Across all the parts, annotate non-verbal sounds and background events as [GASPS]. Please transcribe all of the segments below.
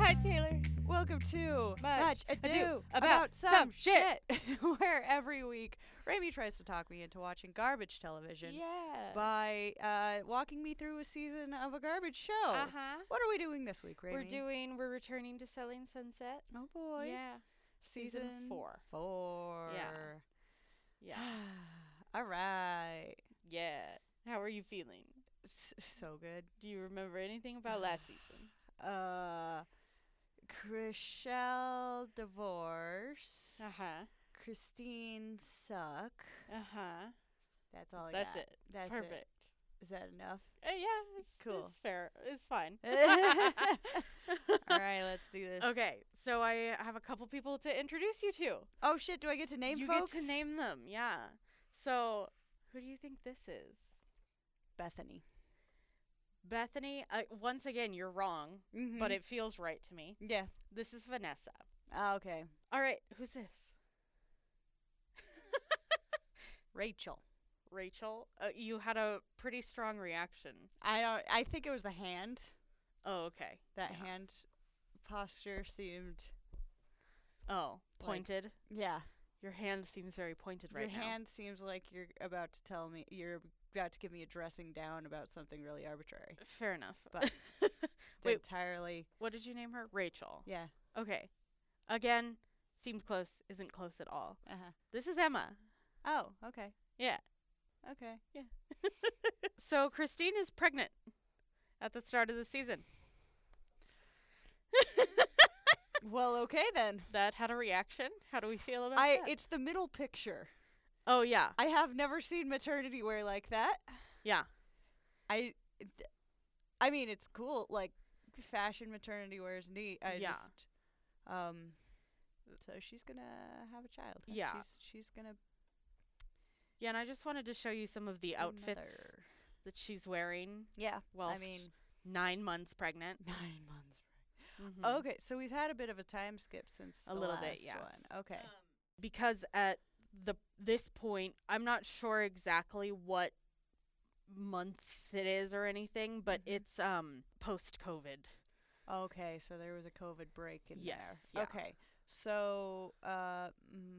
Hi, Taylor. Welcome to Much Ado About Some [LAUGHS] where every week Rami tries to talk me into watching garbage television Yeah. by uh, walking me through a season of a garbage show. uh huh. What are we doing this week, Rami? We're doing. We're returning to Selling Sunset. Oh boy. Yeah. Season, Season four. Four. Yeah. [SIGHS] All right. [GASPS] yeah. How are you feeling? S- so good. Do you remember anything about [SIGHS] last season? Uh, Chriselle divorce. Uh huh. Christine suck. Uh huh. That's all I Oh, That's got. it. That's it. Perfect. Is that [LAUGHS] enough? Uh, yeah. It's, Cool. It's fair. It's [LAUGHS] fine. All right, let's do this. Okay. So I have a couple people to introduce you to. Oh shit, do I get to name you folks? get to name them. Yeah. So who do you think this is? Bethany. Bethany. Uh, once again, you're wrong, but it feels right to me. Mm-hmm. Yeah. This is Vanessa. Ah, okay. All right, who's this? Rachel. Rachel. Uh, you had a pretty strong reaction. I don't I think it was the hand. Oh, okay. That Yeah. hand posture seemed Oh, Like- pointed. Yeah. Your hand seems very pointed right Your hand seems like you're about to tell me you're about to give me a dressing down about something really arbitrary. now. Fair [LAUGHS] enough. But- Wait. Entirely what did you name her? Rachel. Yeah. Okay. Again, seems close, isn't close at all. Uh huh. This is Emma. Oh, okay. Yeah. Okay. [LAUGHS] So Christine is pregnant at the start of the season. well, okay then. That had a reaction. How do we feel about I that? it's the middle picture. oh yeah, I have never seen maternity wear like that. yeah. I, th- I mean, it's cool. Like, fashion maternity wear is neat. I Yeah. just, um, so she's gonna have a child. huh? Yeah. she's, she's gonna be Yeah, and I just wanted to show you some of the outfits another- that she's wearing Yeah, whilst I mean, nine months [LAUGHS] pregnant. nine months. Mhm. Okay, so we've had a bit of a time skip since A the little bit, last yeah. One. Okay, because at the this point i'm not sure exactly what month it is or anything but Mhm. it's um post covid okay. So there was a COVID break in there. Yes, yeah. Okay. So uh,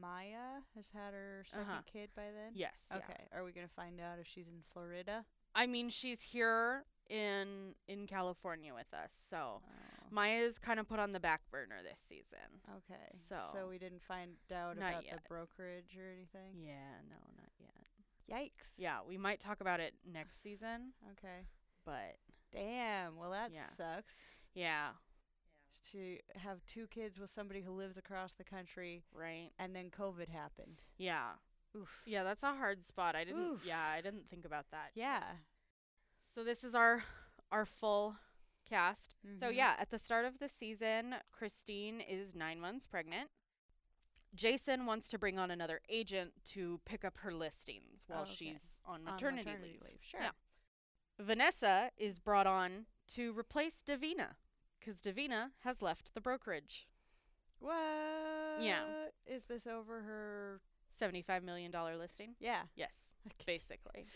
Maya has had her 2nd Uh-huh. kid by then. yes okay Okay. Are we gonna find out if she's in Florida? i mean she's here in in california with us so Oh. maya is kind of put on the back burner this season Okay. So- we didn't find out Not about the yet. brokerage or anything. yeah no not yet Yikes. yeah we might talk about it next season Okay. but Damn. Well, that Yeah. sucks. yeah To have two kids with somebody who lives across the country, right and then COVID happened. yeah Oof. yeah that's a hard spot i didn't Oof. yeah i didn't think about that Yeah. So this is our our full cast. So Mhm. yeah, at the start of the season, Christine is 9 months pregnant. Jason wants to bring on another agent to pick up her listings while Oh, okay. she's on On maternity, maternity leave. leave, sure. Yeah. Vanessa is brought on to replace Davina cuz Davina has left the brokerage. What? Is this over her? 75 million dollar listing? Yeah. Yes, [LAUGHS] Okay. basically.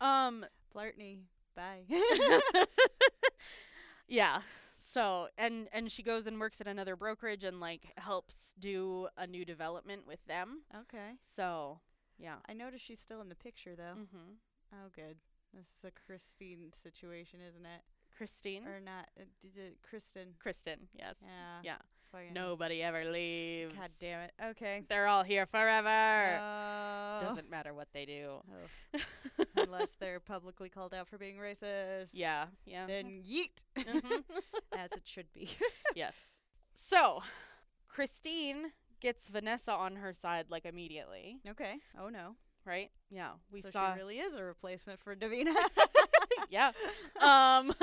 um Flirtney. Bye. [LAUGHS] yeah. So and and she goes and works at another brokerage and like helps do a new development with them. okay. So yeah. I notice she's still in the picture though. Mm-hmm. Oh, good. This is a Christine situation, isn't it? Christine. Or not? Uh, d- d- Kristen. Hmm? Kristen. Yes. Yeah. Yeah. Fucking- Nobody ever leaves. God damn it. Okay. They're all here forever. No. Doesn't matter what they do. [LAUGHS] Oh, [LAUGHS] unless they're publicly called out for being racist. yeah. Uh-huh. Yeah. [LAUGHS] Then yeet, Mhm. as it should be. [LAUGHS] yes. So, Christine gets Vanessa on her side like immediately, okay. Oh no. right? Yeah. We so saw she really is a replacement for [LAUGHS] Davina. yeah. Um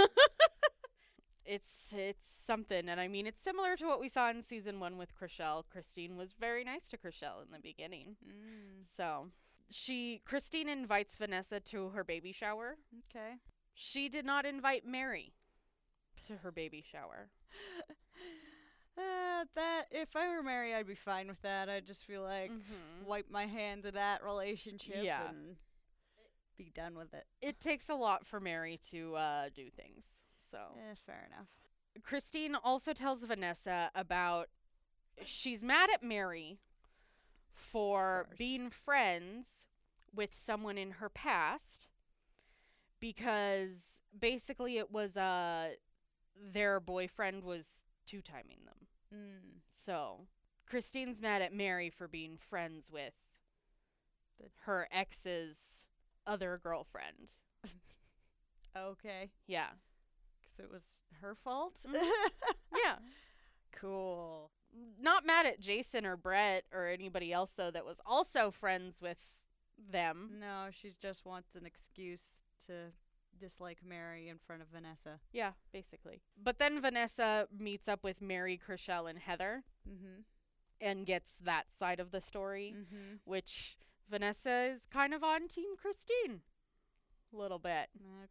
[LAUGHS] It's it's something, and I mean it's similar to what we saw in season one with Chriselle. Christine was very nice to Chriselle in the beginning, mm, so she Christine invites Vanessa to her baby shower. okay. She did not invite Mary to her baby shower. Uh, that if I were Mary, I'd be fine with that. I'd just feel like Mhm. wipe my hands of that relationship Yeah. and be done with it. It takes a lot for Mary to uh, do things, so Eh, fair enough. Christine also tells Vanessa about she's mad at Mary for course. being friends with someone in her past because basically it was uh their boyfriend was two timing them. Mm, So Christine's mad at Mary for being friends with The- her ex's other girlfriend. okay. Yeah. Because it was her fault? Mm-hmm. Yeah. [LAUGHS] cool. Not mad at Jason or Brett or anybody else though that was also friends with them. No, she just wants an excuse to dislike Mary in front of Vanessa. Yeah, basically. But then Vanessa meets up with Mary, Chriselle, and Heather Mm-hmm. and gets that side of the story, Mm-hmm. which Vanessa is kind of on Team Christine a little bit.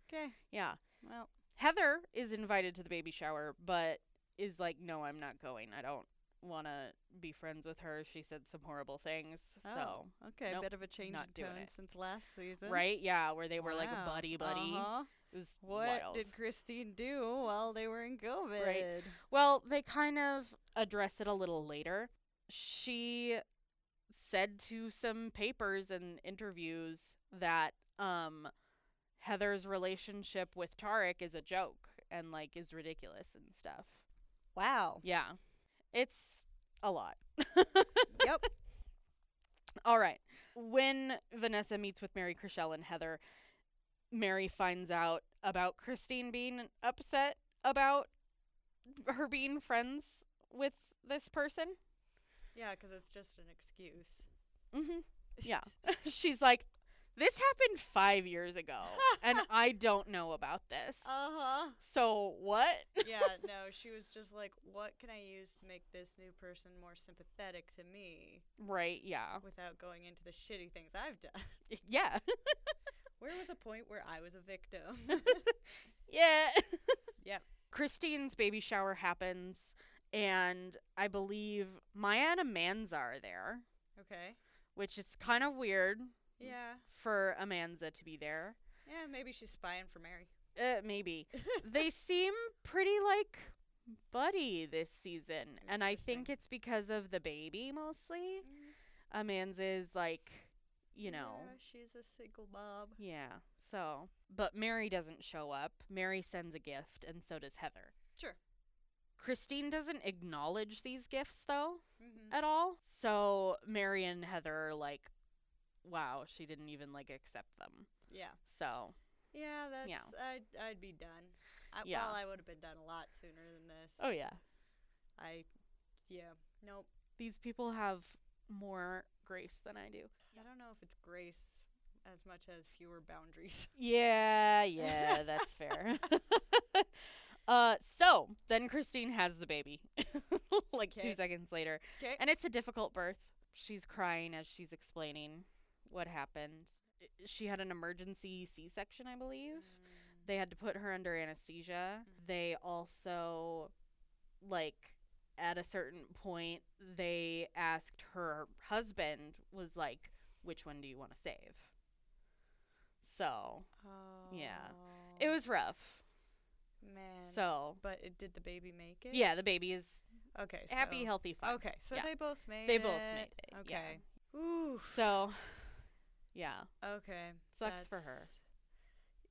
Okay. Yeah. Well, Heather is invited to the baby shower, but is like, no, I'm not going. I don't want to be friends with her. She said some horrible things. Oh, okay. A nope, bit of a change not in doing tone it. since last so, season. right? Yeah, where they were like Wow. buddy buddy. Uh-huh. It was What wild. did Christine do while they were in COVID? well, they kind of address it a little later. She said to some papers and interviews that um Heather's relationship with Tarek is a joke and like is ridiculous and stuff. [LAUGHS] Wow. Yeah. It's a lot. Yep. All right. When Vanessa meets with Mary Chriselle and Heather, Mary finds out about Christine being upset about her being friends with this person. Yeah, because it's just an excuse. Mm-hmm. Yeah. [LAUGHS] She's like, this happened five years ago, [LAUGHS] and I don't know about this. Uh huh. so what? yeah, no, she was just like, what can I use to make this new person more sympathetic to me Right. Yeah. [LAUGHS] without going into the shitty things I've done? [LAUGHS] Yeah. Where was a point where I was a victim? [LAUGHS] Yeah. Yep. Christine's baby shower happens, and I believe Maya and Amanza are there, okay. which is kind of weird Yeah. for Amanza to be there. Yeah, maybe she's spying for Mary. Uh, [LAUGHS] maybe. they seem pretty like buddy this season, and I think Interesting. it's because of the baby mostly. Amanza is like, you know. Yeah, she's a single mom. yeah. So, but Mary doesn't show up. Mary sends a gift, and so does Heather. Sure. Christine doesn't acknowledge these gifts though Mm-hmm. at all. So Mary and Heather are like, wow, she didn't even like accept them. Yeah. So Yeah, that's. Yeah. I'd, I'd be done. I, Yeah. Well, I would have been done a lot sooner than this. oh yeah, I. Yeah. Nope. these people have more grace than I do. I don't know if it's grace as much as fewer boundaries. [LAUGHS] Yeah, [LAUGHS] yeah, that's fair. uh, so then Christine has the baby, [LAUGHS] like two Okay. seconds later, Okay. and it's a difficult birth. She's crying as she's explaining what happened. I- She had an emergency C-section, I believe. Mm. they had to put her under anesthesia. Mm-hmm. They also, like, at a certain point, they asked her husband, was like, which one do you want to save? So Oh. Yeah. it was rough. Man. So, But it, did the baby make it? yeah, the baby is Okay. happy, so- healthy, fine. Okay. So Yeah. they both made They it. both made it. Okay. Yeah. Ooh. So, yeah, Okay. sucks for her. that's-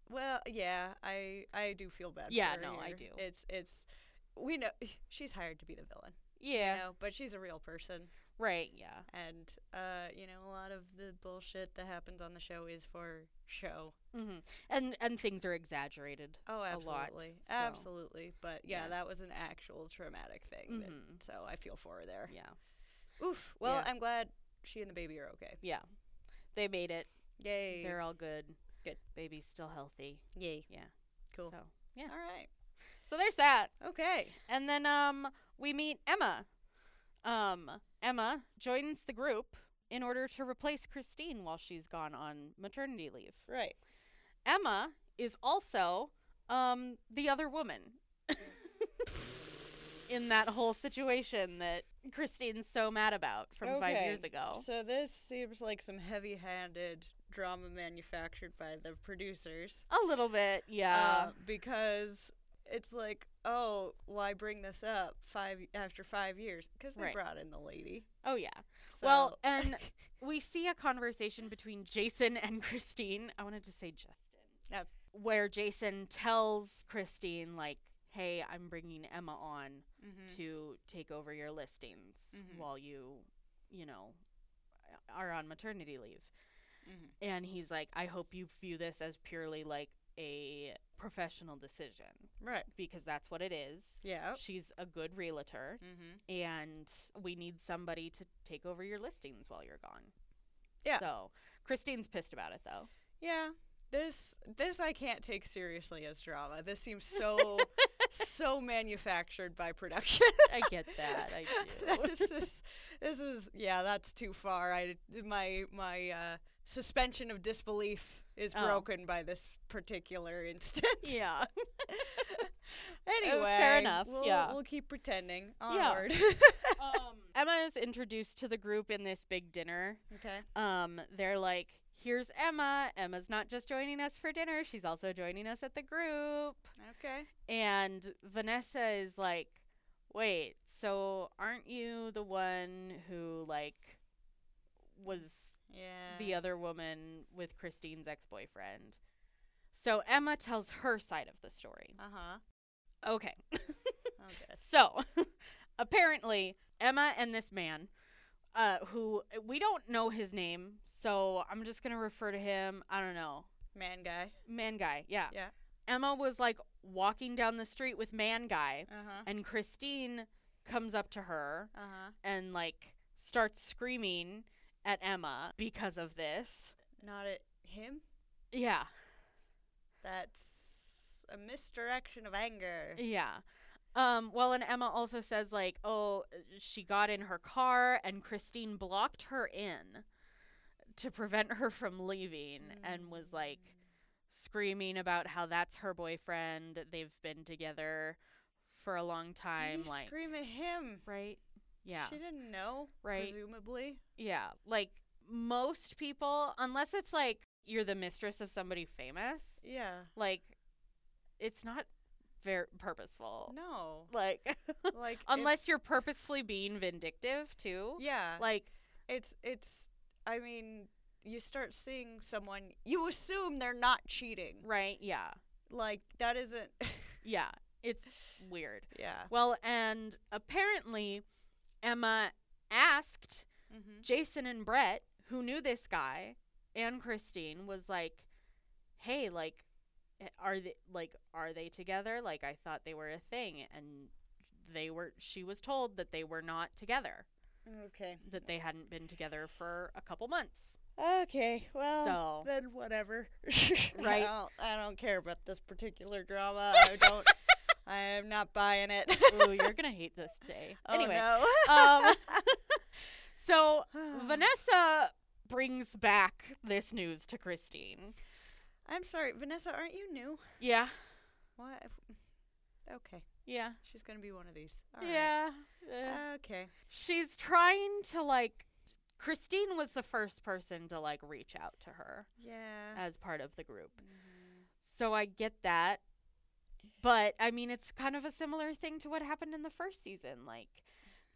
Well, yeah, I I do feel bad. Yeah, for her no, I here. do. It's it's we know [SIGHS] she's hired to be the villain. Yeah, You know, but she's a real person, right, yeah. and uh, you know, a lot of the bullshit that happens on the show is for show. hmm And and things are exaggerated. Oh, A lot, absolutely, so- absolutely. But yeah, Yeah. that was an actual traumatic thing. that- Mhm. so I feel for her there. Yeah, Oof. Well, Yeah. I'm glad she and the baby are okay. yeah. They made it. Yay. They're all good. Good. Baby's still healthy. Yay. Yeah. Cool. So, All right. so there's that. Okay. And then um we meet Emma. Um Emma joins the group in order to replace Christine while she's gone on maternity leave. Right. Emma is also um the other woman [LAUGHS] in that whole situation that Christine's so mad about from 5 Okay. years ago. So this seems like some heavy-handed drama manufactured by the producers. A little bit, yeah. uh, because it's like, oh, why bring this up five after five years? Because they Right. brought in the lady. Oh yeah. [LAUGHS] Well, So- and we see a conversation between Jason and [LAUGHS] Christine. I wanted to say Justin. That's- where Jason tells Christine like, "Hey, I'm bringing Emma on Mhm. to take over your listings Mhm. while you, you know, are on maternity leave." Mhm. And he's like, "I hope you view this as purely like a professional decision right. because that's what it is. Yeah. She's a good realtor Oh. Mm-hmm. and we need somebody to take over your listings while you're gone. Yeah. So Christine's pissed about it though. Yeah. This this I can't take seriously as drama. This seems [LAUGHS] so so manufactured by production. I get that. [LAUGHS] I do. this is this is yeah, that's too far. I my my uh, suspension of disbelief is Oh. broken by this particular [LAUGHS] instance. yeah. Oh, anyway, enough, We'll, yeah. we'll keep pretending. Yeah. [LAUGHS] Onward. um, Emma is introduced to the group in this big dinner. okay. Um, they're like, "Here's Emma. Emma's not just joining us for dinner; she's also joining us at the group." Okay. And Vanessa is like, "Wait, so aren't you the one who like was Yeah. the other woman with Christine's ex boyfriend. So Emma tells her side of the story. Uh huh. Okay, Okay. so [LAUGHS] apparently Emma and this man, uh, who we don't know his name, so I'm just gonna refer to him. I don't know, Man guy. man guy. Yeah, Yeah. Emma was like walking down the street with man guy, Uh huh. and Christine comes up to her Uh huh. and like starts screaming at Emma because of this. Not at him. Yeah. That's a misdirection of anger. Yeah. Um, well, and Emma also says, like, oh, she got in her car and Christine blocked her in to prevent her from leaving and was like screaming about how that's her boyfriend. They've been together for a long Why'd time. you like, scream at him. right? Yeah. She didn't know. Right. Presumably. yeah. Like, most people, unless it's like you're the mistress of somebody famous, Yeah. like, it's not very purposeful. [LAUGHS] No. Like, Like it- unless you're purposefully being vindictive too. yeah. Like, it's it's. I mean, you start seeing someone, you assume they're not cheating. right? Yeah, Like that isn't. [LAUGHS] yeah. It's weird. yeah. Well, and apparently, Emma asked Mm-hmm. Jason and Brett, who knew this guy, and Christine was like, "Hey, like, eh, are they like are they together? Like, I thought they were a thing, and they were. She was told that they were not together, Okay. that they hadn't been together for a couple months. Okay. Well. So- Then whatever. [LAUGHS] Right. I don't, I don't care about this particular drama. I [LAUGHS] don't. I am not buying it. Ooh, you're gonna hate this day. [LAUGHS] Oh, anyway, no. [LAUGHS] um, [SIGHS] so [LAUGHS] Vanessa brings back this news to Christine. I'm sorry, Vanessa, aren't you new? Yeah, What? Okay, yeah, she's gonna be one of these. All right. yeah. Uh, Okay. she's trying to like. Christine was the first person to like reach out to her Yeah. as part of the group. Mhm. So I get that. But I mean, it's kind of a similar thing to what happened in the first season. Like,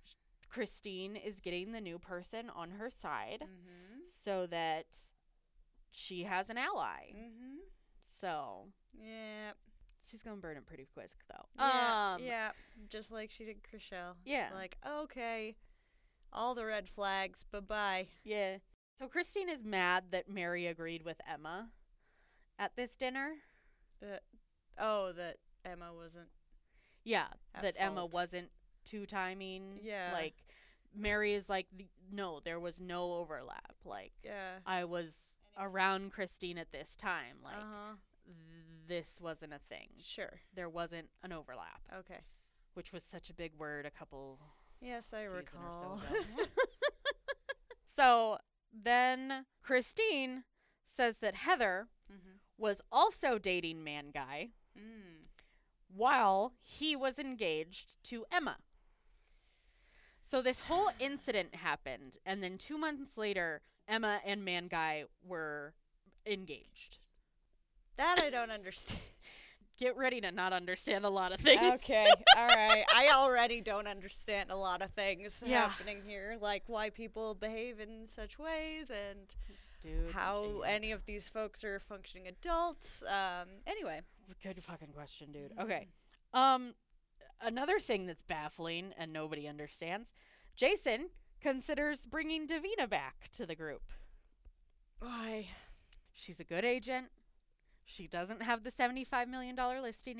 sh- Christine is getting the new person on her side. Mhm. so that she has an ally. Mhm. So Yeah. she's gonna burn it pretty quick, though. Yeah. um, yeah. Just like she did Chriselle. yeah, Like okay, all the red flags. Bye bye. yeah. So Christine is mad that Mary agreed with Emma at this dinner. That. Oh, that Emma wasn't. Yeah, At that Emma fault. wasn't two timing. Yeah. like Mary is like, "The- no, there was no overlap. Like Yeah. I was around Christine at this time. Like uh mm. huh. this wasn't a thing. Sure. There wasn't an overlap, Okay. which was such a big word a couple Yes, I season or recall. So, ago. So then Christine says that Heather [LAUGHS] mm-hmm. was also dating man guy Mm. while he was engaged to Emma. So this [SIGHS] whole incident happened and then 2 months later Emma and man guy were engaged. [LAUGHS] That I don't understand. get ready to not understand a lot of things. Okay, all right. I already don't understand a lot of things Yeah. happening here, like why people behave in such ways and Dude. how yeah. any of these folks are functioning adults. Um, anyway, Good fucking question, dude. Okay. Um another thing that's baffling and nobody understands. Jason considers bringing Davina back to the group. why? She's a good agent. She doesn't have the $75 million listing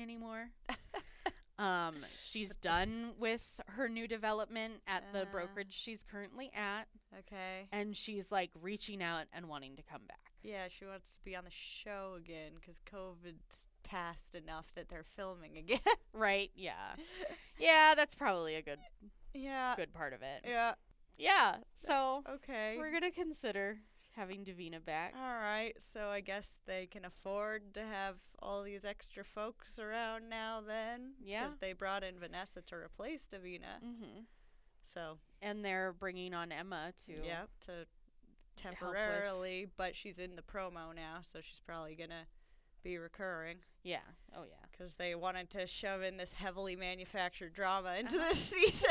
[LAUGHS] anymore. um, she's done with her new development at Uh. the brokerage she's currently at, Okay. and she's like reaching out and wanting to come back. Yeah, she wants to be on the show again because COVID's passed enough that they're filming again. [LAUGHS] Right? Yeah. yeah, that's probably a good yeah. good part of it. Yeah. Yeah. So Okay. we're gonna consider having Davina back. All right, so I guess they can afford to have all these extra folks around now then. Yeah. Because they brought in Vanessa to replace Davina. hmm So, And they're bringing on Emma too. yeah, to temporarily, but she's in the promo now, so she's probably going to be recurring Yeah. Oh yeah. because they wanted to shove in this heavily manufactured drama into Uh-huh. this [LAUGHS] season.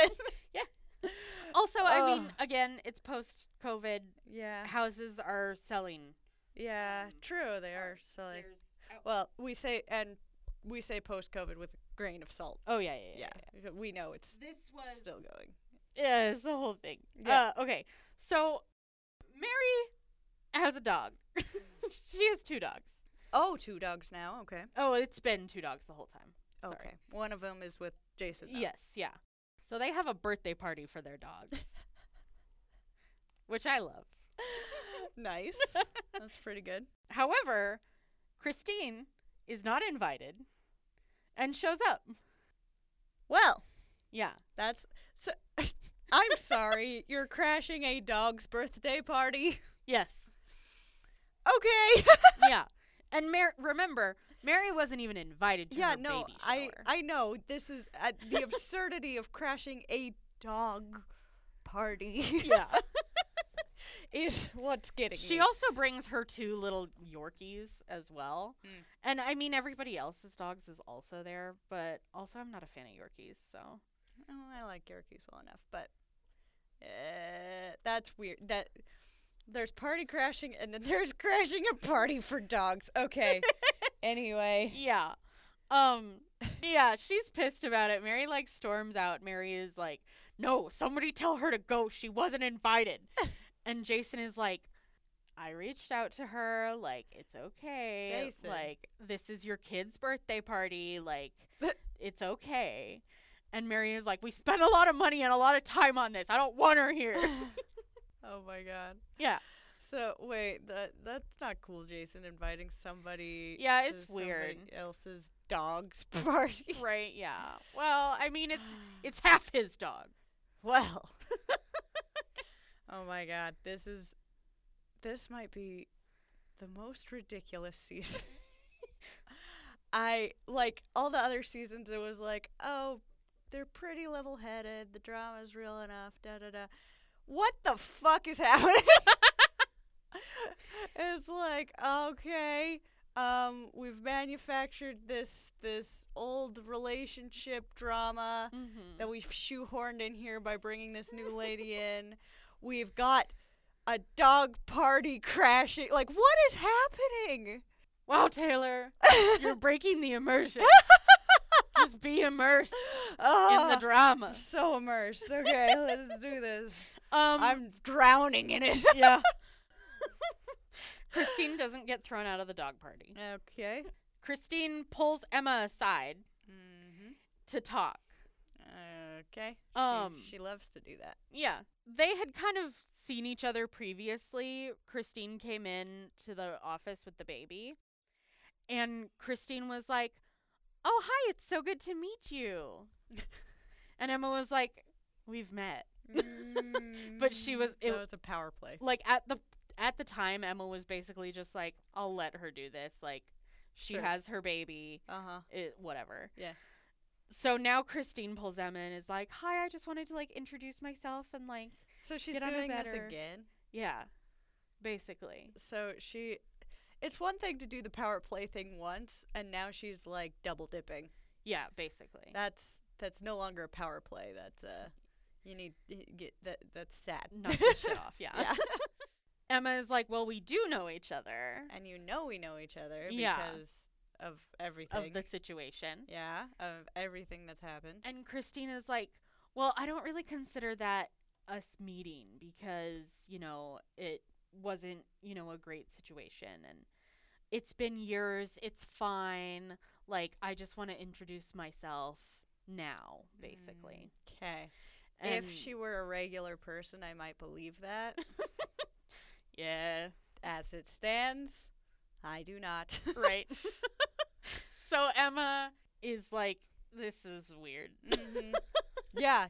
Also, I mean, Ugh. Uh. again, it's post COVID. [LAUGHS] yeah. houses are selling. Yeah, Um, true. They are selling. Well, we say, and we say post COVID with a grain of salt. oh yeah, yeah, yeah. Yeah, we know it's This was still going. yeah, it's the whole thing. Yeah. Uh, okay, so Mary has a dog. [LAUGHS] she has two dogs. Oh, two dogs now. Okay. Oh, it's been two dogs the whole time. Sorry. Okay. One of them is with Jason. Though. Yes, yeah. So they have a birthday party for their dogs, which I love. [LAUGHS] [LAUGHS] nice. That's pretty good. However, Christine is not invited, and shows up. Well, Yeah. that's so. [LAUGHS] I'm sorry. You're crashing a dog's birthday party. [LAUGHS] Yes. Okay. yeah. And Mar- remember, Mary wasn't even invited to yeah. her No. baby I. shower. I know. This is uh, the absurdity of crashing a dog party yeah. [LAUGHS] is what's getting she me. also brings her two little Yorkies as well. Mm. And I mean everybody else's dogs is also there, but also I'm not a fan of Yorkies, so Oh, I like Yorkies well enough, but uh, that's weird. That there's party crashing and then there's crashing a party for dogs. [LAUGHS] Okay. anyway, yeah. Um yeah, she's pissed about it. Mary like storms out. Mary is like, "No, somebody tell her to go. She wasn't invited." and Jason is like, "I reached out to her like it's okay. Jason. Like this is your kid's birthday party. Like it's okay." And Mary is like, "We spent a lot of money and a lot of time on this. I don't want her here." [LAUGHS] oh my god. yeah. So wait, that that's not cool, Jason. Inviting somebody. Yeah, to it's somebody weird. Else's dog's [LAUGHS] party. Right, yeah. Well, I [SIGHS] mean it's it's half his dog. well. [LAUGHS] oh my god, this is this might be the most ridiculous season. [LAUGHS] I like all the other seasons it was like, "Oh, they're pretty level-headed. The drama's real enough." Da da da. What the fuck is [LAUGHS] happening? it's like, "Okay, um we've manufactured this this old relationship drama Mhm. that we've shoehorned in here by bringing this new lady in. We've got a dog party crashing. Like, what is [LAUGHS] happening? Wow, Taylor, you're breaking the [LAUGHS] immersion. Just be immersed in the Ah, drama. I'm so immersed. Okay, let's do this. [LAUGHS] Um, I'm drowning in it. [LAUGHS] yeah. [LAUGHS] Christine doesn't get thrown out of the dog party. okay. Christine pulls Emma aside Mm-hmm. to talk. Okay. She- Um, she loves to do that. Yeah, they had kind of seen each other previously. Christine came in to the office with the baby, and Christine was like, "Oh, hi, it's so good to meet [LAUGHS] you." and Emma was like, "We've met." [LAUGHS] But she was- it- It was a power play. like at the at the time Emma was basically just like I'll let her do this like she Sure. has her baby Uh huh. it, whatever Yeah. so now Christine pulls Emma and is like hi I just wanted to like introduce myself and like So she's Get on a doing this better- again. yeah basically So she, It's one thing to do the power play thing once, and now she's like double dipping. Yeah, basically. That's that's no longer a power play. That's uh, you need get that. That's sad. [LAUGHS] Knock this shit off. Yeah. Emma is like, well, we do know each other and you know we know each other Yeah. because of everything. of the situation, yeah, of everything that's happened. and Christina's like, well, I don't really consider that us meeting because you know it wasn't you know a great situation and it's been years. It's fine. Like I just want to introduce myself now, basically. Okay. And- Mm. If she were a regular person, I might believe [LAUGHS] that. [LAUGHS] yeah, As it stands, I do not. right. [LAUGHS] so Emma is like, this is weird. Mhm. [LAUGHS] yeah.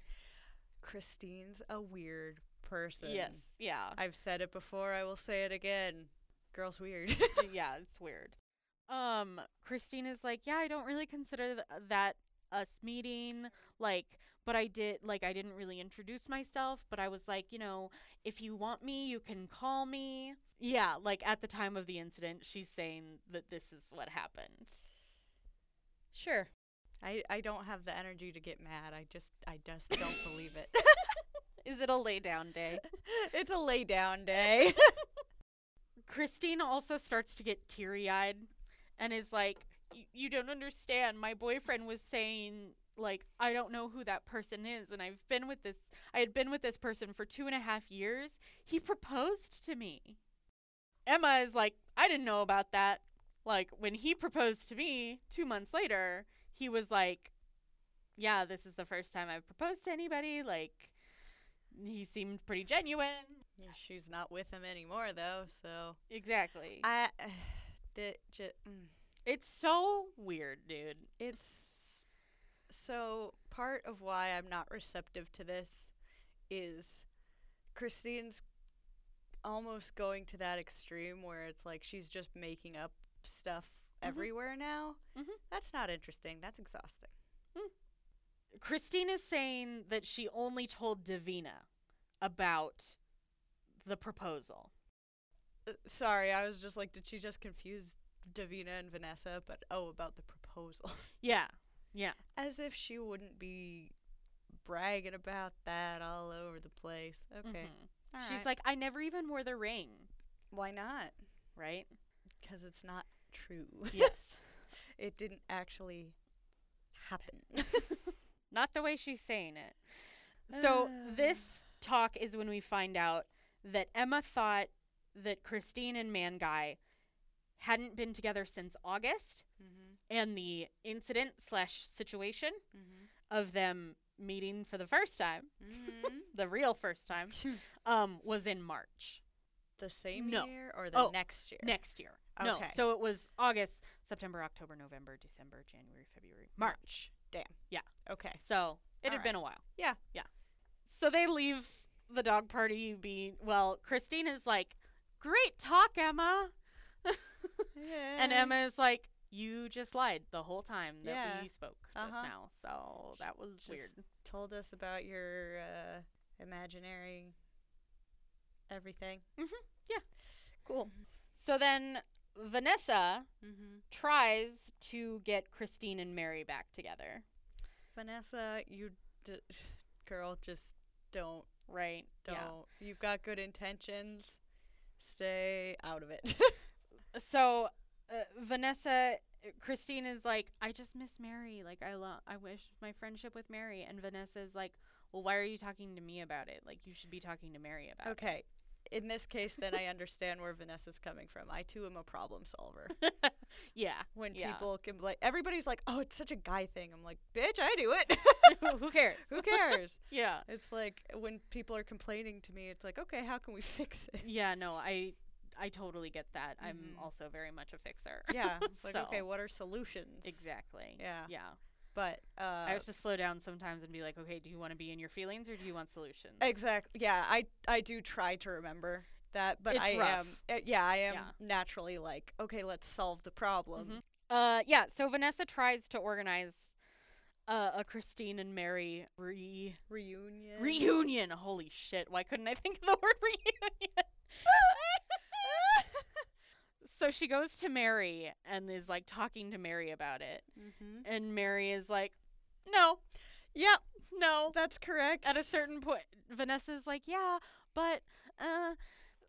Christine's a weird person. Yes. Yeah. I've said it before, I will say it again. Girl's weird. [LAUGHS] [LAUGHS] yeah, it's weird. Um, Christine is like, yeah, I don't really consider th- uh, that us meeting. Like, but I did. Like, I didn't really introduce myself. But I was like, you know, if you want me, you can call me. Yeah, like at the time of the incident, she's saying that this is what happened. sure. I, I don't have the energy to get mad. I just I just don't believe it. [LAUGHS] Is it a lay down day? it's a lay down day. Christine also starts to get teary eyed and is like, "Y- You don't understand. My boyfriend was saying, like, I don't know who that person is. And I've been with this, I had been with this person for two and a half years. He proposed to me. Emma is like, I didn't know about that. Like, when he proposed to me two months later, he was like, Yeah, this is the first time I've proposed to anybody. Like, he seemed pretty genuine. Yeah, She's not with him anymore though, so Exactly. I [SIGHS] that ju- mm. It's so weird, dude. It's so part of why I'm not receptive to this is Christine's almost going to that extreme where it's like she's just making up stuff everywhere now. Mhm. That's not interesting. That's exhausting. Christine is saying that she only told Davina about the proposal. Uh, sorry, I was just like, did she just confuse Davina and Vanessa? But oh, about the proposal. [LAUGHS] Yeah. Yeah. As if she wouldn't be bragging about that all over the place. Okay. Mhm. Mm-hmm. all She's right. like, I never even wore the ring, why not? [LAUGHS] right? Because it's not true. [LAUGHS] Yes. it didn't actually happen. Not the way she's saying it. [SIGHS] So this talk is when we find out that Emma thought that Christine and Man Guy hadn't been together since August [LAUGHS] mm-hmm. and the incident slash situation Mm-hmm. of them meeting for the first time Mm-hmm. the real first time, um, was in March [LAUGHS] the same No. year or the Oh, next year? [LAUGHS] next year. No, Okay. so it was August, September, October, November, December, January, February, March. Damn. Yeah. Okay. So it had Alright. been a while. Yeah. yeah. So they leave the dog party being well. Christine is like, "Great talk, Emma," and Emma is like, "You just lied the whole time that Yeah. we spoke Uh-huh. just now." So that was Just- weird. told us about your uh, imaginary everything. Mhm, yeah. Cool. So then Vanessa Mm-hmm. tries to get Christine and Mary back together, Vanessa, you, d- [LAUGHS] girl, just don't, right? don't. You've got good intentions. Stay out of it. [LAUGHS] so uh, Vanessa Christine is like I just miss Mary like I love I wish my friendship with Mary and Vanessa is like well why are you talking to me about it like you should be talking to Mary about Okay. In this case, then I understand where Vanessa's coming from. I too am a problem [LAUGHS] solver. it yeah When Yeah. people can, like, everybody's like, oh, it's such a guy thing. I'm like, bitch, I do it. [LAUGHS] [LAUGHS] who cares Who cares? yeah it's like when people are complaining to me, it's like, okay, how can we [LAUGHS] fix it? yeah no I I totally get that I'm Mhm. also very much a fixer Yeah. It's like, okay, So- what are solutions? exactly Yeah. yeah But, uh, I have to slow down sometimes and be like okay do you want to be in your feelings or do you want solutions exactly. Yeah. I, I do try to remember that, but It's I rough. am, uh, yeah, I am Yeah. naturally like, okay, let's solve the problem. Mhm. Uh, yeah. So Vanessa tries to organize uh, a Christine and Mary re Reunion. reunion. Holy [LAUGHS] shit! Why couldn't I think of the word reunion? so she goes to Mary and is like talking to Mary about it. Mm-hmm. And Mary is like, no, Yep, no. that's correct. At a certain point, Vanessa's like, yeah, but, uh,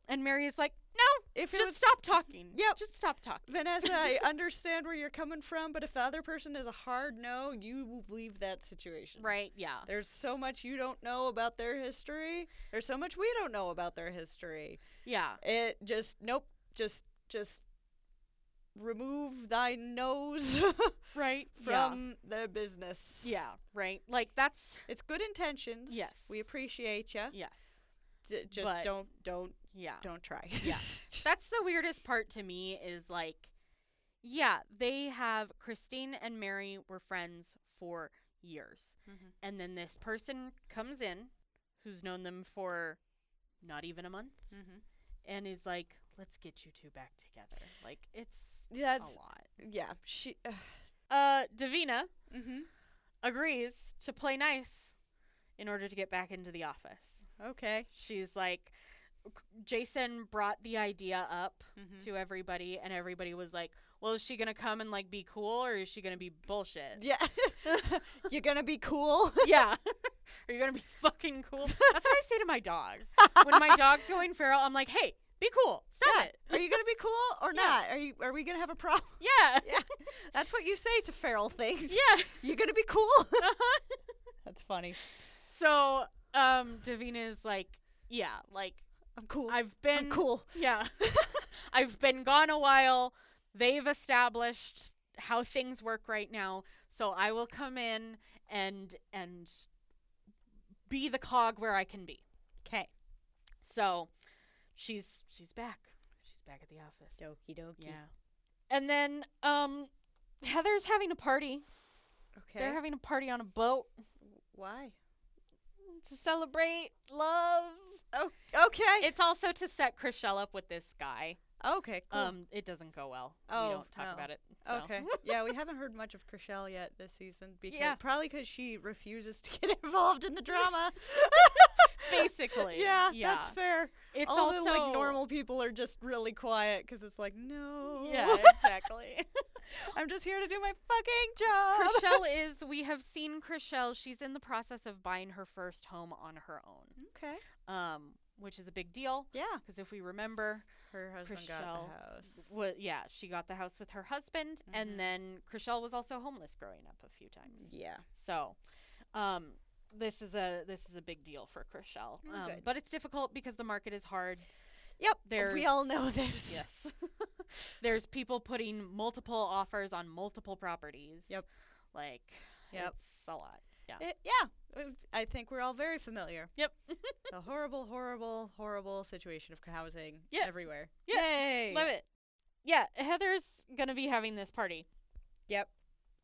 and Mary is like, no, if it just was stop talking. Yep. Just stop talking. Vanessa, [LAUGHS] I understand where you're coming from, but if the other person is a hard no, you leave that situation. Right, yeah. There's so much you don't know about their history. There's so much we don't know about their history. Yeah. It just nope, just just remove thy nose [LAUGHS] Right. From. from the business. Yeah. right. Like, that's, It's good intentions. Yes. We appreciate you. yes. Just But- don't don't Yeah. don't try. [LAUGHS] Yeah. That's the weirdest part to me is like, yeah, they have Christine and Mary were friends for years. Mhm. And then this person comes in who's known them for not even a month mm-hmm. and is like, let's get you two back together. Like, it's That's a lot. yeah. She. Uh, Uh, Davina mm-hmm. agrees to play nice in order to get back into the office. Okay. She's like, Jason brought the idea up Mm-hmm. to everybody and everybody was like well is she gonna come and like be cool or is she gonna be bullshit Yeah. [LAUGHS] You're gonna be cool. [LAUGHS] [LAUGHS] yeah [LAUGHS] are you gonna be fucking cool that's what i say to my dog when my [LAUGHS] dog's going feral i'm like hey be cool stop it Are you gonna be cool or Yeah. not? Are you are we gonna have a problem? [LAUGHS] yeah Yeah. That's what you say to feral things. yeah [LAUGHS] You're gonna be cool. uh-huh. [LAUGHS] That's funny. so um davina is like yeah like I'm cool. i've I'm been cool. yeah [LAUGHS] i've been gone a while they've established how things work right now so i will come in and and be the cog where i can be Okay. So she's she's back. She's back at the office. Doki doki. Yeah. And then um Heather's having a party. Okay. They're having a party on a boat Why? to celebrate love. Oh. Okay. It's also to set Chriselle up with this guy. okay. Cool. Um it doesn't go well. Oh, we don't talk no. about it. so. okay. yeah, we haven't heard much of Chriselle yet this season because [LAUGHS] Yeah. probably because she refuses to get [LAUGHS] involved in the [LAUGHS] drama. Basically. yeah, yeah. that's fair. it's All also the like normal people are just really quiet because it's like no. [LAUGHS] Yeah, exactly. [LAUGHS] I'm just here to do my fucking job. [LAUGHS] Chriselle is we have seen Chriselle. She's in the process of buying her first home on her own. Okay. um, which is a big deal Yeah. because if we remember, Her husband got Chriselle the house. wa yeah, she got the house with her husband, Mhm. and then Chriselle was also homeless growing up a few times. Yeah. So, um, this is a this is a big deal for Chriselle, Oh, um, good. but it's difficult because the market is hard. Yep. There's we all know this. [LAUGHS] yes, there's people putting multiple offers on multiple properties. Yep. like [LAUGHS] Yep. it's a lot. It- yeah. We've- I think we're all very familiar. Yep. [LAUGHS] the horrible, horrible, horrible situation of housing Yeah. everywhere. Yeah. Yay. Love it. Yeah, Heather's gonna be having this party. Yep.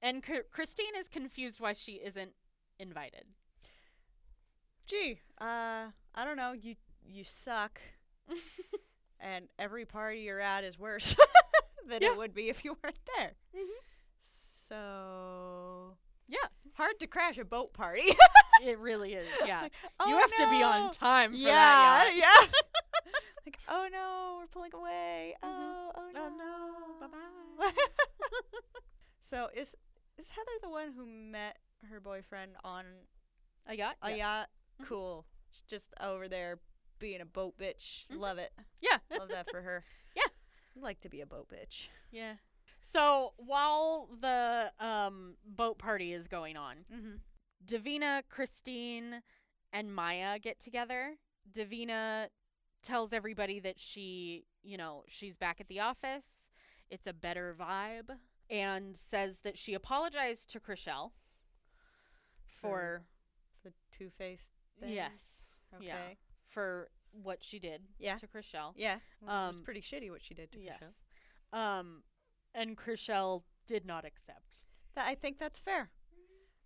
And Chr- Christine is confused why she isn't [LAUGHS] invited. Gee, uh, I don't know. You you suck, and every party you're at is worse [LAUGHS] than Yeah. it would be if you weren't there. Mhm. So Yeah. hard to crash a boat party. [LAUGHS] it really is. Yeah. Oh, you have to be no. on time for yeah, that. yeah. [LAUGHS] [LAUGHS] like, oh no, we're pulling away. Mhm. Oh, oh Oh, no. no. Bye-bye. [LAUGHS] so is is Heather the one who met her boyfriend on Yeah. A yacht? a yeah. yacht? Mhm. Cool. She's just over there being a boat bitch. Mhm. Love it. Yeah. [LAUGHS] Love that for her. Yeah. I'd like to be a boat bitch. Yeah. So while the um, boat party is going on, Mm-hmm. Davina, Christine, and Maya get together. Davina tells everybody that she, you know, she's back at the office. It's a better vibe. And says that she apologized to Chriselle for, For The two faced thing. yes, Okay. yeah. for what she did Yeah. to Chriselle. Yeah. Well, it was Um, pretty shitty what she did to Yes. Michelle. Um, and Chriselle did not accept. Th- I think that's fair.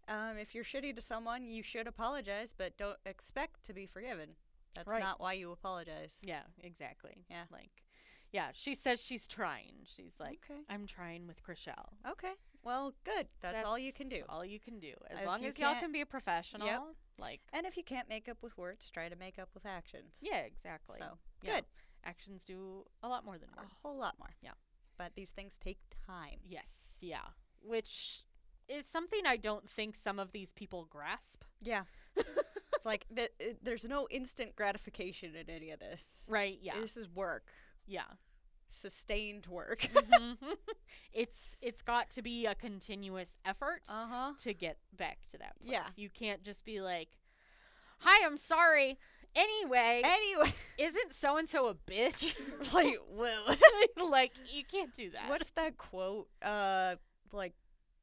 Um, if you're shitty to someone, you should apologize, but don't expect to be forgiven. That's Right. not why you apologize. Yeah, exactly. Yeah. Like, yeah, she says she's trying. She's like, Okay. I'm trying with Chriselle. Okay. Well, good. That's, all you can do. All you can do. As If long you as y'all can't- can be a professional. Like And if you can't make up with words, try to make up with actions. Yeah, exactly. So Yeah. good. Actions do a lot more than A words. whole lot more. but these things take time. [LAUGHS] Yes, yeah. Which is something I don't think some of these people grasp. Yeah. it's like th- it- there's no instant gratification in any of this. Right, yeah. This is work, yeah. sustained work. Mhm. [LAUGHS] it's it's got to be a continuous effort Uh huh. to get back to that place. Yeah. You can't just be like, "Hi, I'm sorry. Anyway, [LAUGHS] Anyway, [LAUGHS] isn't so and so a bitch?" [LAUGHS] like, well, [LAUGHS] like you can't do that. what's that quote? Uh, like,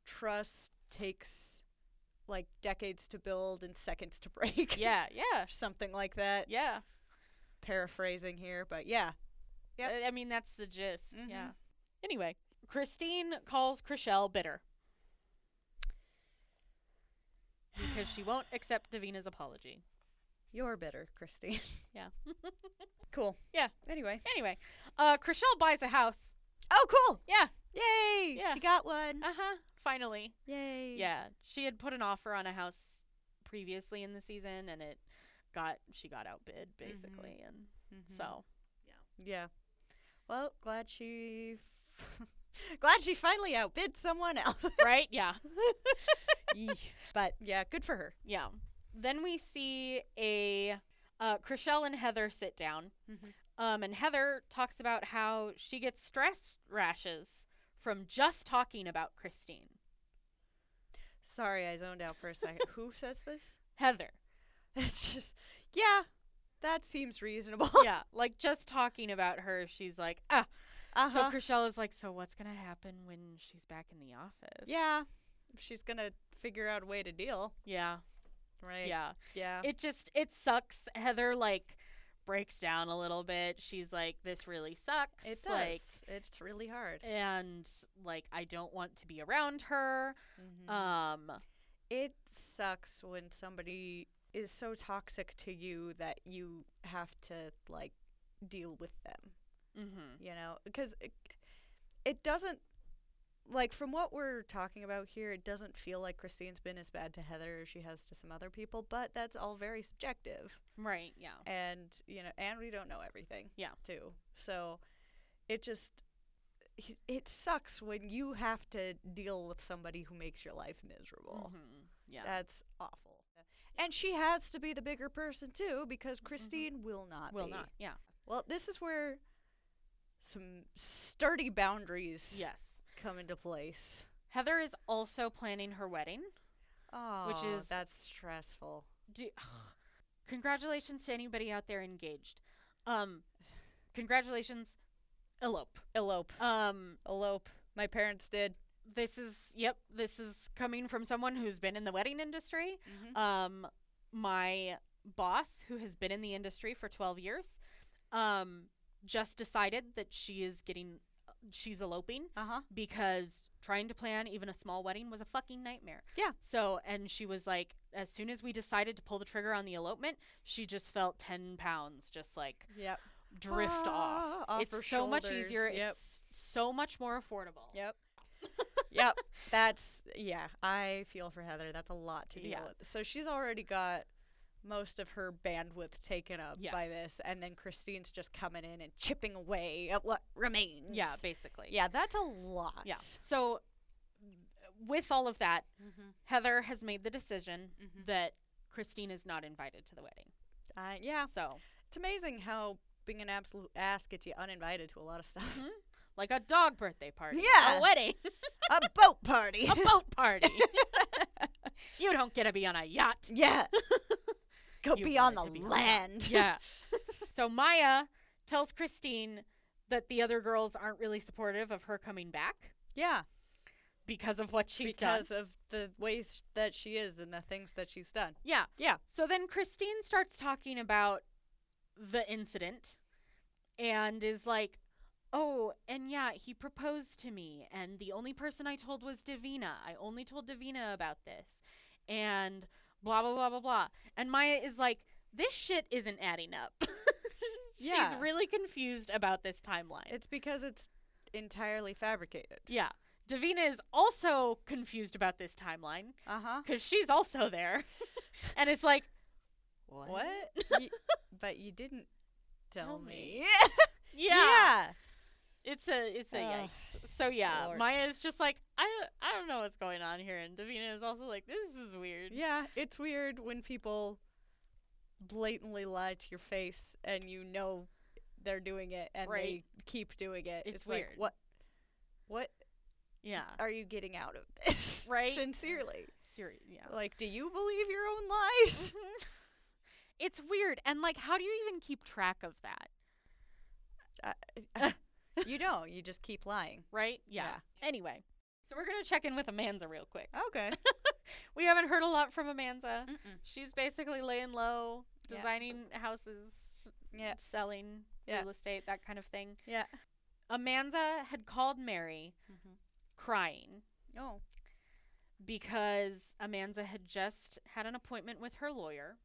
trust takes like decades to build and seconds to break. Yeah, yeah. Or [LAUGHS] something like that. Yeah. Paraphrasing here, but yeah. Yep. I- I mean, that's the gist. Mhm. Yeah. Anyway, Christine calls Chriselle bitter because she won't accept Davina's apology. You're bitter, Christine. [LAUGHS] Yeah. cool. Yeah. Anyway. Anyway, uh, Chriselle buys a house. Oh, cool. Yeah. Yay. Yeah. She got one. Uh huh. Finally. Yay. Yeah. She had put an offer on a house previously in the season, and it got she got outbid basically, and Mhm. so Yeah. Well, glad she. F- [LAUGHS] glad she finally outbid someone else. right. Yeah. Eeh. [LAUGHS] but yeah, good for her. Yeah. Then we see a uh, Chriselle and Heather sit down, Mhm. um, and Heather talks about how she gets stress rashes from just talking about Christine. Sorry, I zoned out for a [LAUGHS] second. Who says this? Heather, [LAUGHS] It's just, yeah, that seems reasonable. yeah, like just talking about her, she's like, ah. [LAUGHS] Uh huh. So Chriselle is like, so what's gonna happen when she's back in the office? yeah, if she's gonna figure out a way to deal, yeah, right? yeah. Yeah. It just it sucks. Heather like breaks down a little bit. She's like, this really sucks. It like, does. it's really hard. and like, I don't want to be around her. Mhm. Um, it sucks when somebody is so toxic to you that you have to like deal with them. mhm. you know because it, it doesn't like from what we're talking about here it doesn't feel like christine's been as bad to heather as she has to some other people but that's all very subjective Right. Yeah. and you know and we don't know everything Yeah. too so it just it- it sucks when you have to deal with somebody who makes your life miserable Mhm. Yeah. that's awful and she has to be the bigger person too because christine will not Mm-hmm. Will be. not. Yeah. Well, this is where some sturdy boundaries Yes. come into place. Heather is also planning her wedding. Oh, is- that's stressful. Do, congratulations to anybody out there engaged. Um, congratulations, elope. Elope. Um, Elope. My parents did. this is yep. This is coming from someone who's been in the wedding industry. Mm-hmm. Um, my boss, who has been in the industry for twelve years, um, just decided that she is getting, she's eloping. Uh huh. because trying to plan even a small wedding was a fucking nightmare. Yeah. So, and she was like, as soon as we decided to pull the trigger on the elopement, she just felt 10 pounds just like Yep. drift Ah, off. off It's her so much shoulders. easier. Yep. It's so much more affordable. [LAUGHS] Yep. yep. That's, yeah, I feel for Heather. That's a lot to deal Yeah. with. So she's already got most of her bandwidth taken up by Yes. this. And then Christine's just coming in and chipping away at what remains. Yeah, basically. Yeah, that's a lot. Yeah. So, with all of that, Mm-hmm. Heather has made the decision Mhm. that Christine is not invited to the wedding. Uh, yeah. So, It's amazing how being an absolute ass gets you uninvited to a lot of stuff. Mhm. like a dog birthday party, Yeah. a wedding, [LAUGHS] a boat party. a boat party. [LAUGHS] you don't get to be on a yacht. [LAUGHS] [LAUGHS] yeah. Go You be on the wanted to be [LAUGHS] on land. Yeah. so Maya tells Christine that the other girls aren't really supportive of her coming back Yeah. because of what she's done. because of the ways that she is and the things that she's done. Yeah. Yeah. So then Christine starts talking about the incident and is like, "Oh, and yeah, he proposed to me and the only person I told was Davina. I only told Davina about this." And blah blah blah blah blah. And Maya is like, "This shit isn't adding up." [LAUGHS] Yeah. She's really confused about this timeline. It's because it's entirely fabricated. Yeah. Davina is also confused about this timeline Uh huh. because she's also there. [LAUGHS] and it's like, What? [LAUGHS] Y- but you didn't tell, Tell me. [LAUGHS] Yeah. Uh, yeah. It's a it's a Ugh, yikes. So yeah, Lord. Maya is just like I don't- I don't know what's going on here, and Davina is also like this is weird. Yeah, it's weird when people blatantly lie to your face and you know they're doing it and Right. they keep doing it. It's like weird. what what yeah, are you getting out of this? [LAUGHS] Right? Sincerely. Seri- yeah. Like, do you believe your own [LAUGHS] lies? Mhm. [LAUGHS] it's weird, and like, how do you even keep track of that? you don't. You just keep lying. Right? Anyway, so we're gonna check in with Amanza real quick. [LAUGHS] Okay. We haven't heard a lot from Amanza. Mm-mm. She's basically laying low, Mm. Yeah. designing houses, Yeah. selling Yeah. real estate, that kind of thing. Yeah. Amanza had called Mary Mm-hmm. crying Oh. because Amanza had just had an appointment with her lawyer.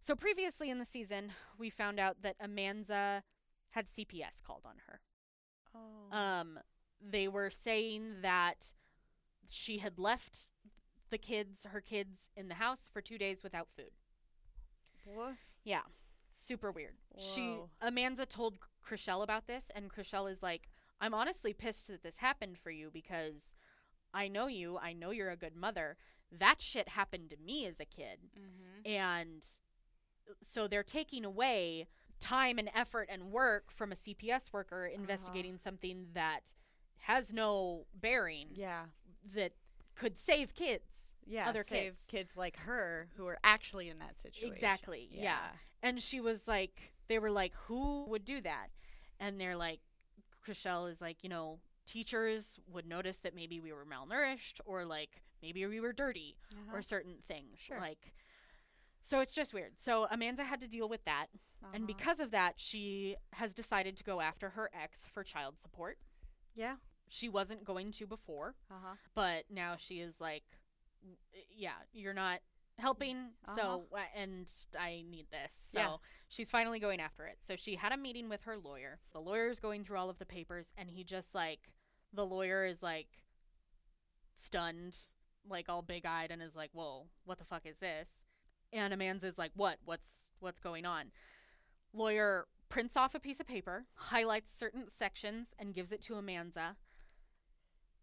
So previously in the season, we found out that Amanza had CPS called on her. Oh. Um, they were saying that she had left the kids, her kids, in the house for two days without food. what? Yeah, super weird. She Whoa. Amanza told Chriselle about this, and Chriselle is like, "I'm honestly pissed that this happened for you because I know you. I know you're a good mother. That shit happened to me as a kid, Mm-hmm. and so they're taking away time and effort and work from a CPS worker Uh-huh. investigating something that has no bearing Yeah. that could save kids. Yeah. Other save kids. like her who are actually in that situation. Exactly. yeah. And she was like, they were like, who would do that? And they're like, Chriselle is like, you know, teachers would notice that maybe we were malnourished or like maybe we were dirty Uh-huh. or certain things. Sure. Like, so it's just weird. So Amanda had to deal with that. Uh-huh. And because of that, she has decided to go after her ex for child support. Yeah. She wasn't going to before, Uh-huh. but now she is like, "W- yeah, you're not helping. Uh-huh. So, uh, and I need this. So Yeah. she's finally going after it. So she had a meeting with her lawyer. The lawyer's going through all of the papers, and he just like, the lawyer is like stunned, like all big eyed, and is like, whoa, what the fuck is this? And Amanda's like, what? What's what's going on? Lawyer prints off a piece of paper, highlights certain sections, and gives it to Amanda.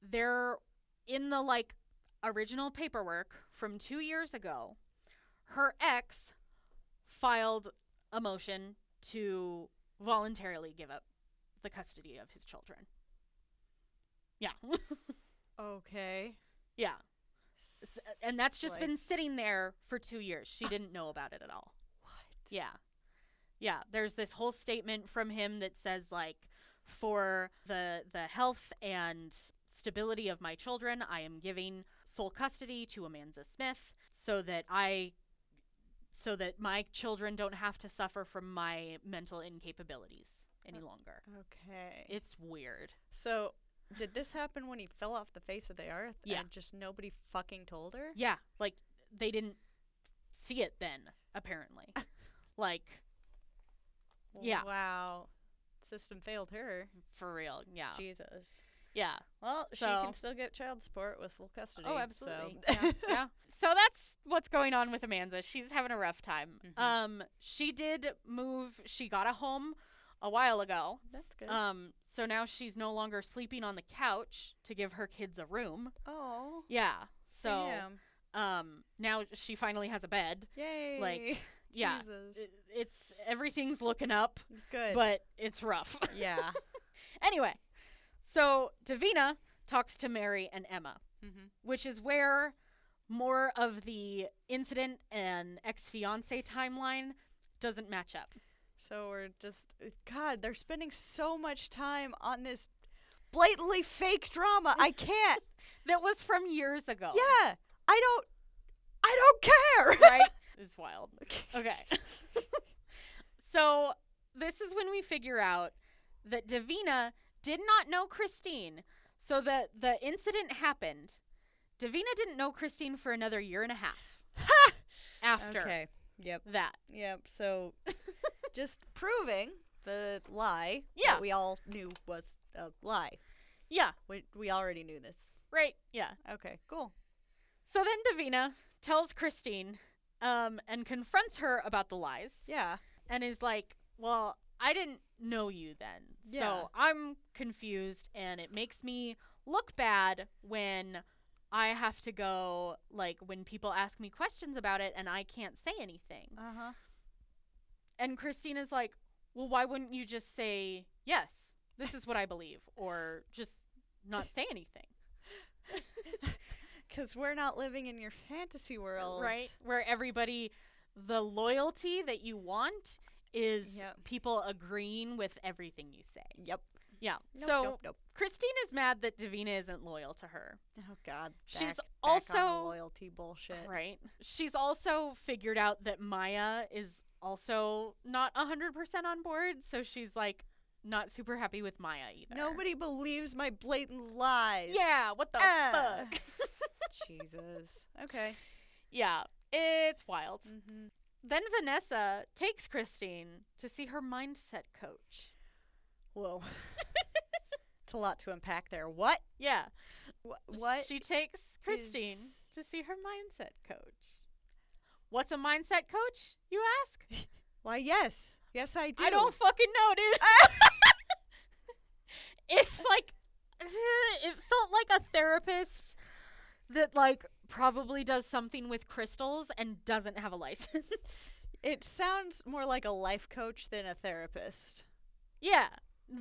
There, in the like original paperwork from two years ago, her ex filed a motion to voluntarily give up the custody of his children. Yeah. Okay. yeah. S- And that's just Like, been sitting there for two years. She didn't know about it at all. what? Yeah. Yeah, there's this whole statement from him that says like for the the health and stability of my children, I am giving sole custody to Amanda Smith so that I so that my children don't have to suffer from my mental incapabilities any longer. Okay. It's weird. so, did this happen when he fell off the face of the earth Yeah. and just nobody fucking told her? Yeah, like they didn't see it then apparently. like Yeah. Wow. System failed her. for real. Yeah. Jesus. Yeah. Well, she So- can still get child support with full custody. Oh, so- absolutely. yeah, [LAUGHS] yeah. So that's what's going on with Amanda. She's having a rough time. Mhm. Um, she did move. She got a home a while ago. That's good. Um, so now she's no longer sleeping on the couch to give her kids a room. oh. Yeah. So damn. um, now she finally has a bed. Yay. [LAUGHS] yeah. Jesus. It- It's everything's looking up, good. but it's rough. [LAUGHS] yeah. anyway, so Davina talks to Mary and Emma. mm-hmm. which is where more of the incident and ex fiance timeline doesn't match up. So we're just God, they're spending so much time on this blatantly fake drama. [LAUGHS] I can't. That was from years ago. Yeah. I don't I don't care. [LAUGHS] Right? it's wild. Okay. so this is when we figure out that Davina did not know Christine. So the, the incident happened. Davina didn't know Christine for another year and a half. After Okay. Yep. that. Yep. [LAUGHS] So just proving the lie Yeah. that we all knew was a lie. Yeah, We we already knew this. right. Yeah. Okay, cool. So then Davina tells Christine um, and confronts her about the lies Yeah. and is like, Well, I didn't know you then. Yeah. So I'm confused and it makes me look bad when I have to go like when people ask me questions about it and I can't say anything. Uh huh. And Christina's like, "Well, why wouldn't you just say yes? This is what I believe or just not say anything." Because we're not living in your fantasy world. Right? Where everybody the loyalty that you want is Yep. people agreeing with everything you say. Yep. Yeah. Nope, so nope, nope. Christina's mad that Davina isn't loyal to her. Oh God. She's back- back on the also- loyalty bullshit. Right. She's also figured out that Maya is also not 100% on board, so she's like not super happy with Maya either. Nobody believes my blatant lies. Yeah, what the Ah. [LAUGHS] fuck? Jesus. Okay. yeah, it's wild. hmm Then Vanessa takes Christine to see her mindset coach. Whoa. [LAUGHS] it's a lot to unpack there. What? Yeah. Wh- What? She takes Christine is- to see her mindset coach. What's a mindset coach, you ask? Why? Yes. Yes, I do. I don't fucking [LAUGHS] know, dude. it's like [LAUGHS] it felt like a therapist that like probably does something with crystals and doesn't have a license. [LAUGHS] it sounds more like a life coach than a therapist. yeah,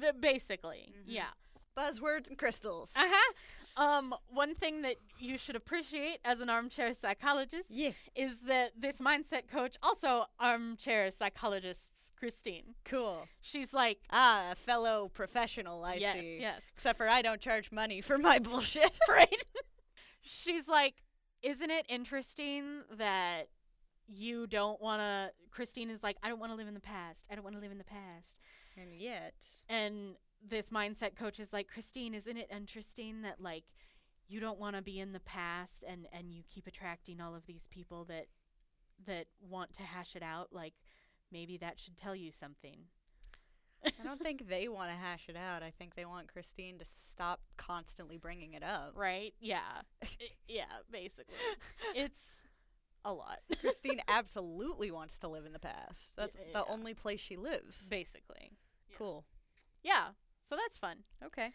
b- basically. Mhm. Yeah. Buzzwords and crystals. Uh huh. Um, one thing that you should appreciate as an armchair psychologist yeah. is that this mindset coach also armchair psychologists Christine. Cool. She's like, Ah, a fellow professional. I yes, see. yes, Except for I don't charge money for my [LAUGHS] bullshit. right? She's like, isn't it interesting that you don't want to? Christine is like, I don't want to live in the past. I don't want to live in the past. And yet, And this mindset coach is like, Christine, isn't it interesting that like you don't want to be in the past and and you keep attracting all of these people that that want to hash it out? Like maybe that should tell you something. I don't think they want to hash it out. I think they want Christine to stop constantly bringing it [LAUGHS] up. Right? Yeah. I- yeah, basically. It's a lot. Christine absolutely wants to live in the past. That's Yeah. the only place she lives. basically. Yeah. Cool. Yeah. So that's fun. Okay.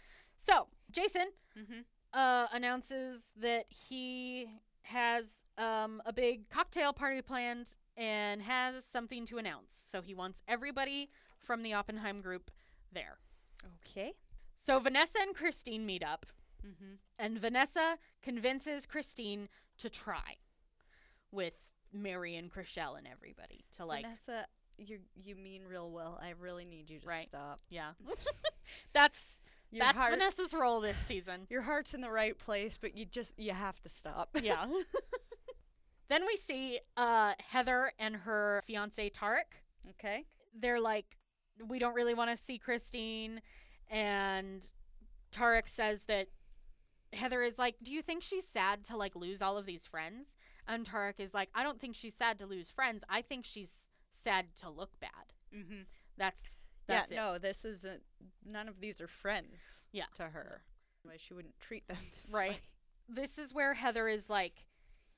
So, Jason Mm-hmm. uh, announces that he has um, a big cocktail party planned and has something to announce. So, he wants everybody from the Oppenheim group there. Okay. So, Vanessa and Christine meet up, Mm-hmm. and Vanessa convinces Christine to try with Mary and Chriselle and everybody to like Vanessa, you you mean real well. I really need you to Right. stop. [LAUGHS] Yeah. That's Your that's heart, Vanessa's role this [LAUGHS] season. your heart's in the right place, but you just you have to stop. [LAUGHS] yeah. then we see uh, Heather and her fiance Tarek. [LAUGHS] okay. They're like, we don't really want to see Christine, and Tarek says that Heather is like, do you think she's sad to like lose all of these friends? And Tarek is like, I don't think she's sad to lose friends. I think she's sad to look bad. Mm-hmm. That's Yeah. that's it. No, this isn't. None of these are friends. Yeah. To her, otherwise she wouldn't treat them this Right. way. this is where Heather is like,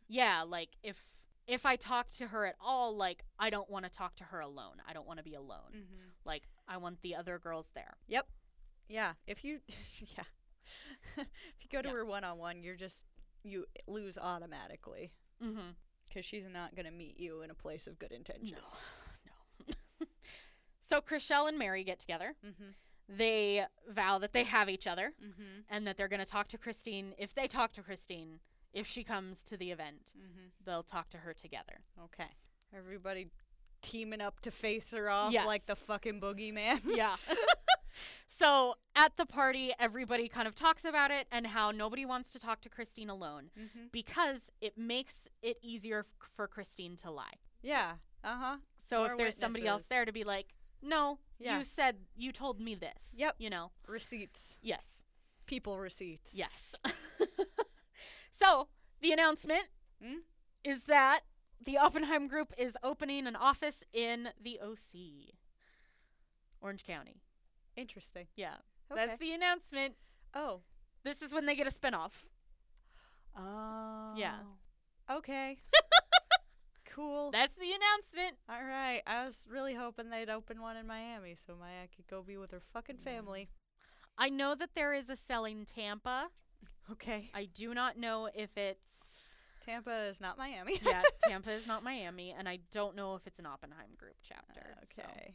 yeah, like if if I talk to her at all, like I don't want to talk to her alone. I don't want to be alone. Mm-hmm. Like I want the other girls there. Yep. Yeah. If you, [LAUGHS] yeah. if you go to Yeah. her one on one, you're just you lose automatically Mm-hmm. because she's not going to meet you in a place of good intentions. no. so Chriselle and Mary get together. Mm-hmm. They vow that they have each other Mm-hmm. and that they're going to talk to Christine. If they talk to Christine, if she comes to the event, Mm-hmm. they'll talk to her together. Okay. Everybody teaming up to face her off like the Yes. fucking boogeyman. [LAUGHS] Yeah. [LAUGHS] so at the party, everybody kind of talks about it and how nobody wants to talk to Christine alone mm-hmm. because it makes it easier f- for Christine to lie. Yeah. Uh huh. So More if there's somebody else witnesses. there to be like, no, Yeah. you said you told me this. Yep. You know, Receipts. yes, People receipts. yes. [LAUGHS] so the announcement Hmm? is that the Oppenheim Group is opening an office in the OC, Orange County. Interesting. Yeah. Okay. That's the announcement. oh. This is when they get a spinoff. [LAUGHS] Oh. Okay. Cool. That's the announcement. All right. I was really hoping they'd open one in Miami so Maya could go be with her fucking family. I know that there is a cell in Tampa. Okay. I do not know if it's [LAUGHS] Tampa is not [LAUGHS] Miami. yeah, Tampa is not Miami, and I don't know if it's an Oppenheim group chapter. so- okay.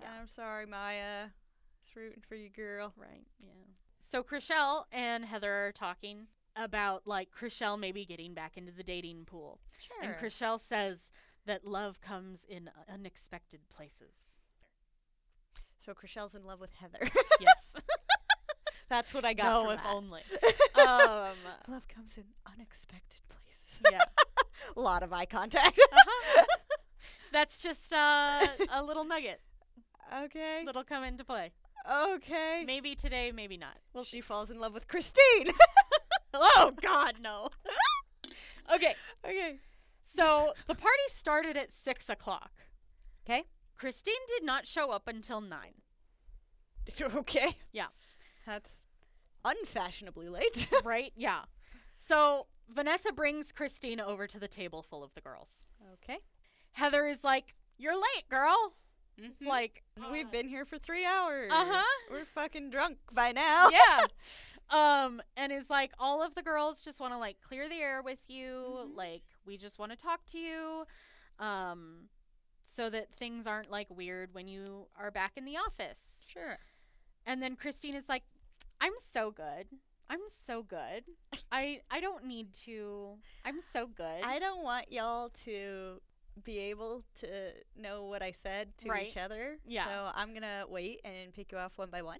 yeah. I'm sorry, Maya. It's rooting for you, girl. Right. Yeah. So Chriselle and Heather are talking about like Chriselle maybe getting back into the dating pool, Sure. and Chriselle says that love comes in unexpected places. [LAUGHS] so Chriselle's in love with [LAUGHS] Heather. Yes. That's what I got no, from if that. [LAUGHS] only. um. Love comes in unexpected places. Yeah. A [LAUGHS] lot of eye contact. [LAUGHS] Uh-huh. [LAUGHS] That's just uh, a little nugget okay. that'll come into play. Okay. Maybe today, maybe not. We'll she falls in love with Christine. [LAUGHS] Oh God, no. [LAUGHS] okay, okay. so the party started at six o'clock. 'Kay. Christine did not show up until nine. [LAUGHS] [LAUGHS] Okay. Yeah. That's unfashionably late. [LAUGHS] right? Yeah. So Vanessa brings Christine over to the table full of the girls. okay. Heather is like, "You're late, girl." Like Hmm. Oh, We've been here for three hours. Mm-hmm. Uh-huh. We're fucking drunk by now. [LAUGHS] [LAUGHS] yeah. Um, and is like, all of the girls just want to like clear the air with you. Mhm. Like, we just want to talk to you. Um, so that things aren't like weird when you are back in the office. Sure. And then Christine is like, I'm so good. I'm [LAUGHS] so good. I I don't need to. I'm so good. I don't want y'all to be able to know what I said to Right. each other. Yeah. So I'm gonna wait and pick you off one by one.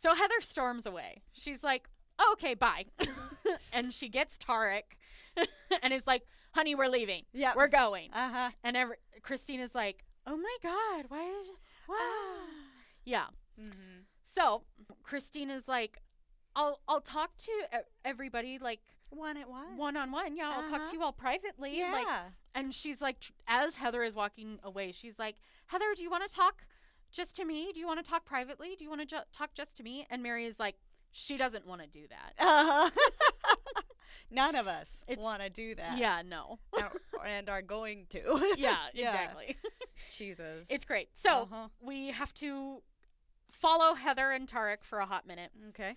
so Heather storms away. She's like, "Oh, "Okay, bye." [LAUGHS] and she gets Tarek [LAUGHS] and is like, "Honey, we're leaving. Yeah. We're going." uh huh. And every, Christina's like, "Oh my god, why is wow?" Yeah. [GASPS] mm-hmm. So Christina's like, "I'll I'll talk to e- everybody like One at one. one on one. Yeah, I'll talk Uh, Uh-huh. to you all privately." Yeah. Like, and she's like, tr- as Heather is walking away, she's like, "Heather, do you want to talk just to me? Do you want to talk privately? Do you want to ju- talk just to me?" And Mary is like, "She doesn't want to do that." uh-huh. [LAUGHS] None of us It's- want to do that. Yeah, no. [LAUGHS] Or- and are going to. [LAUGHS] Yeah, [LAUGHS] exactly. Jesus. It's great. So Uh-huh. we have to follow Heather and Tarek for a hot minute. Okay.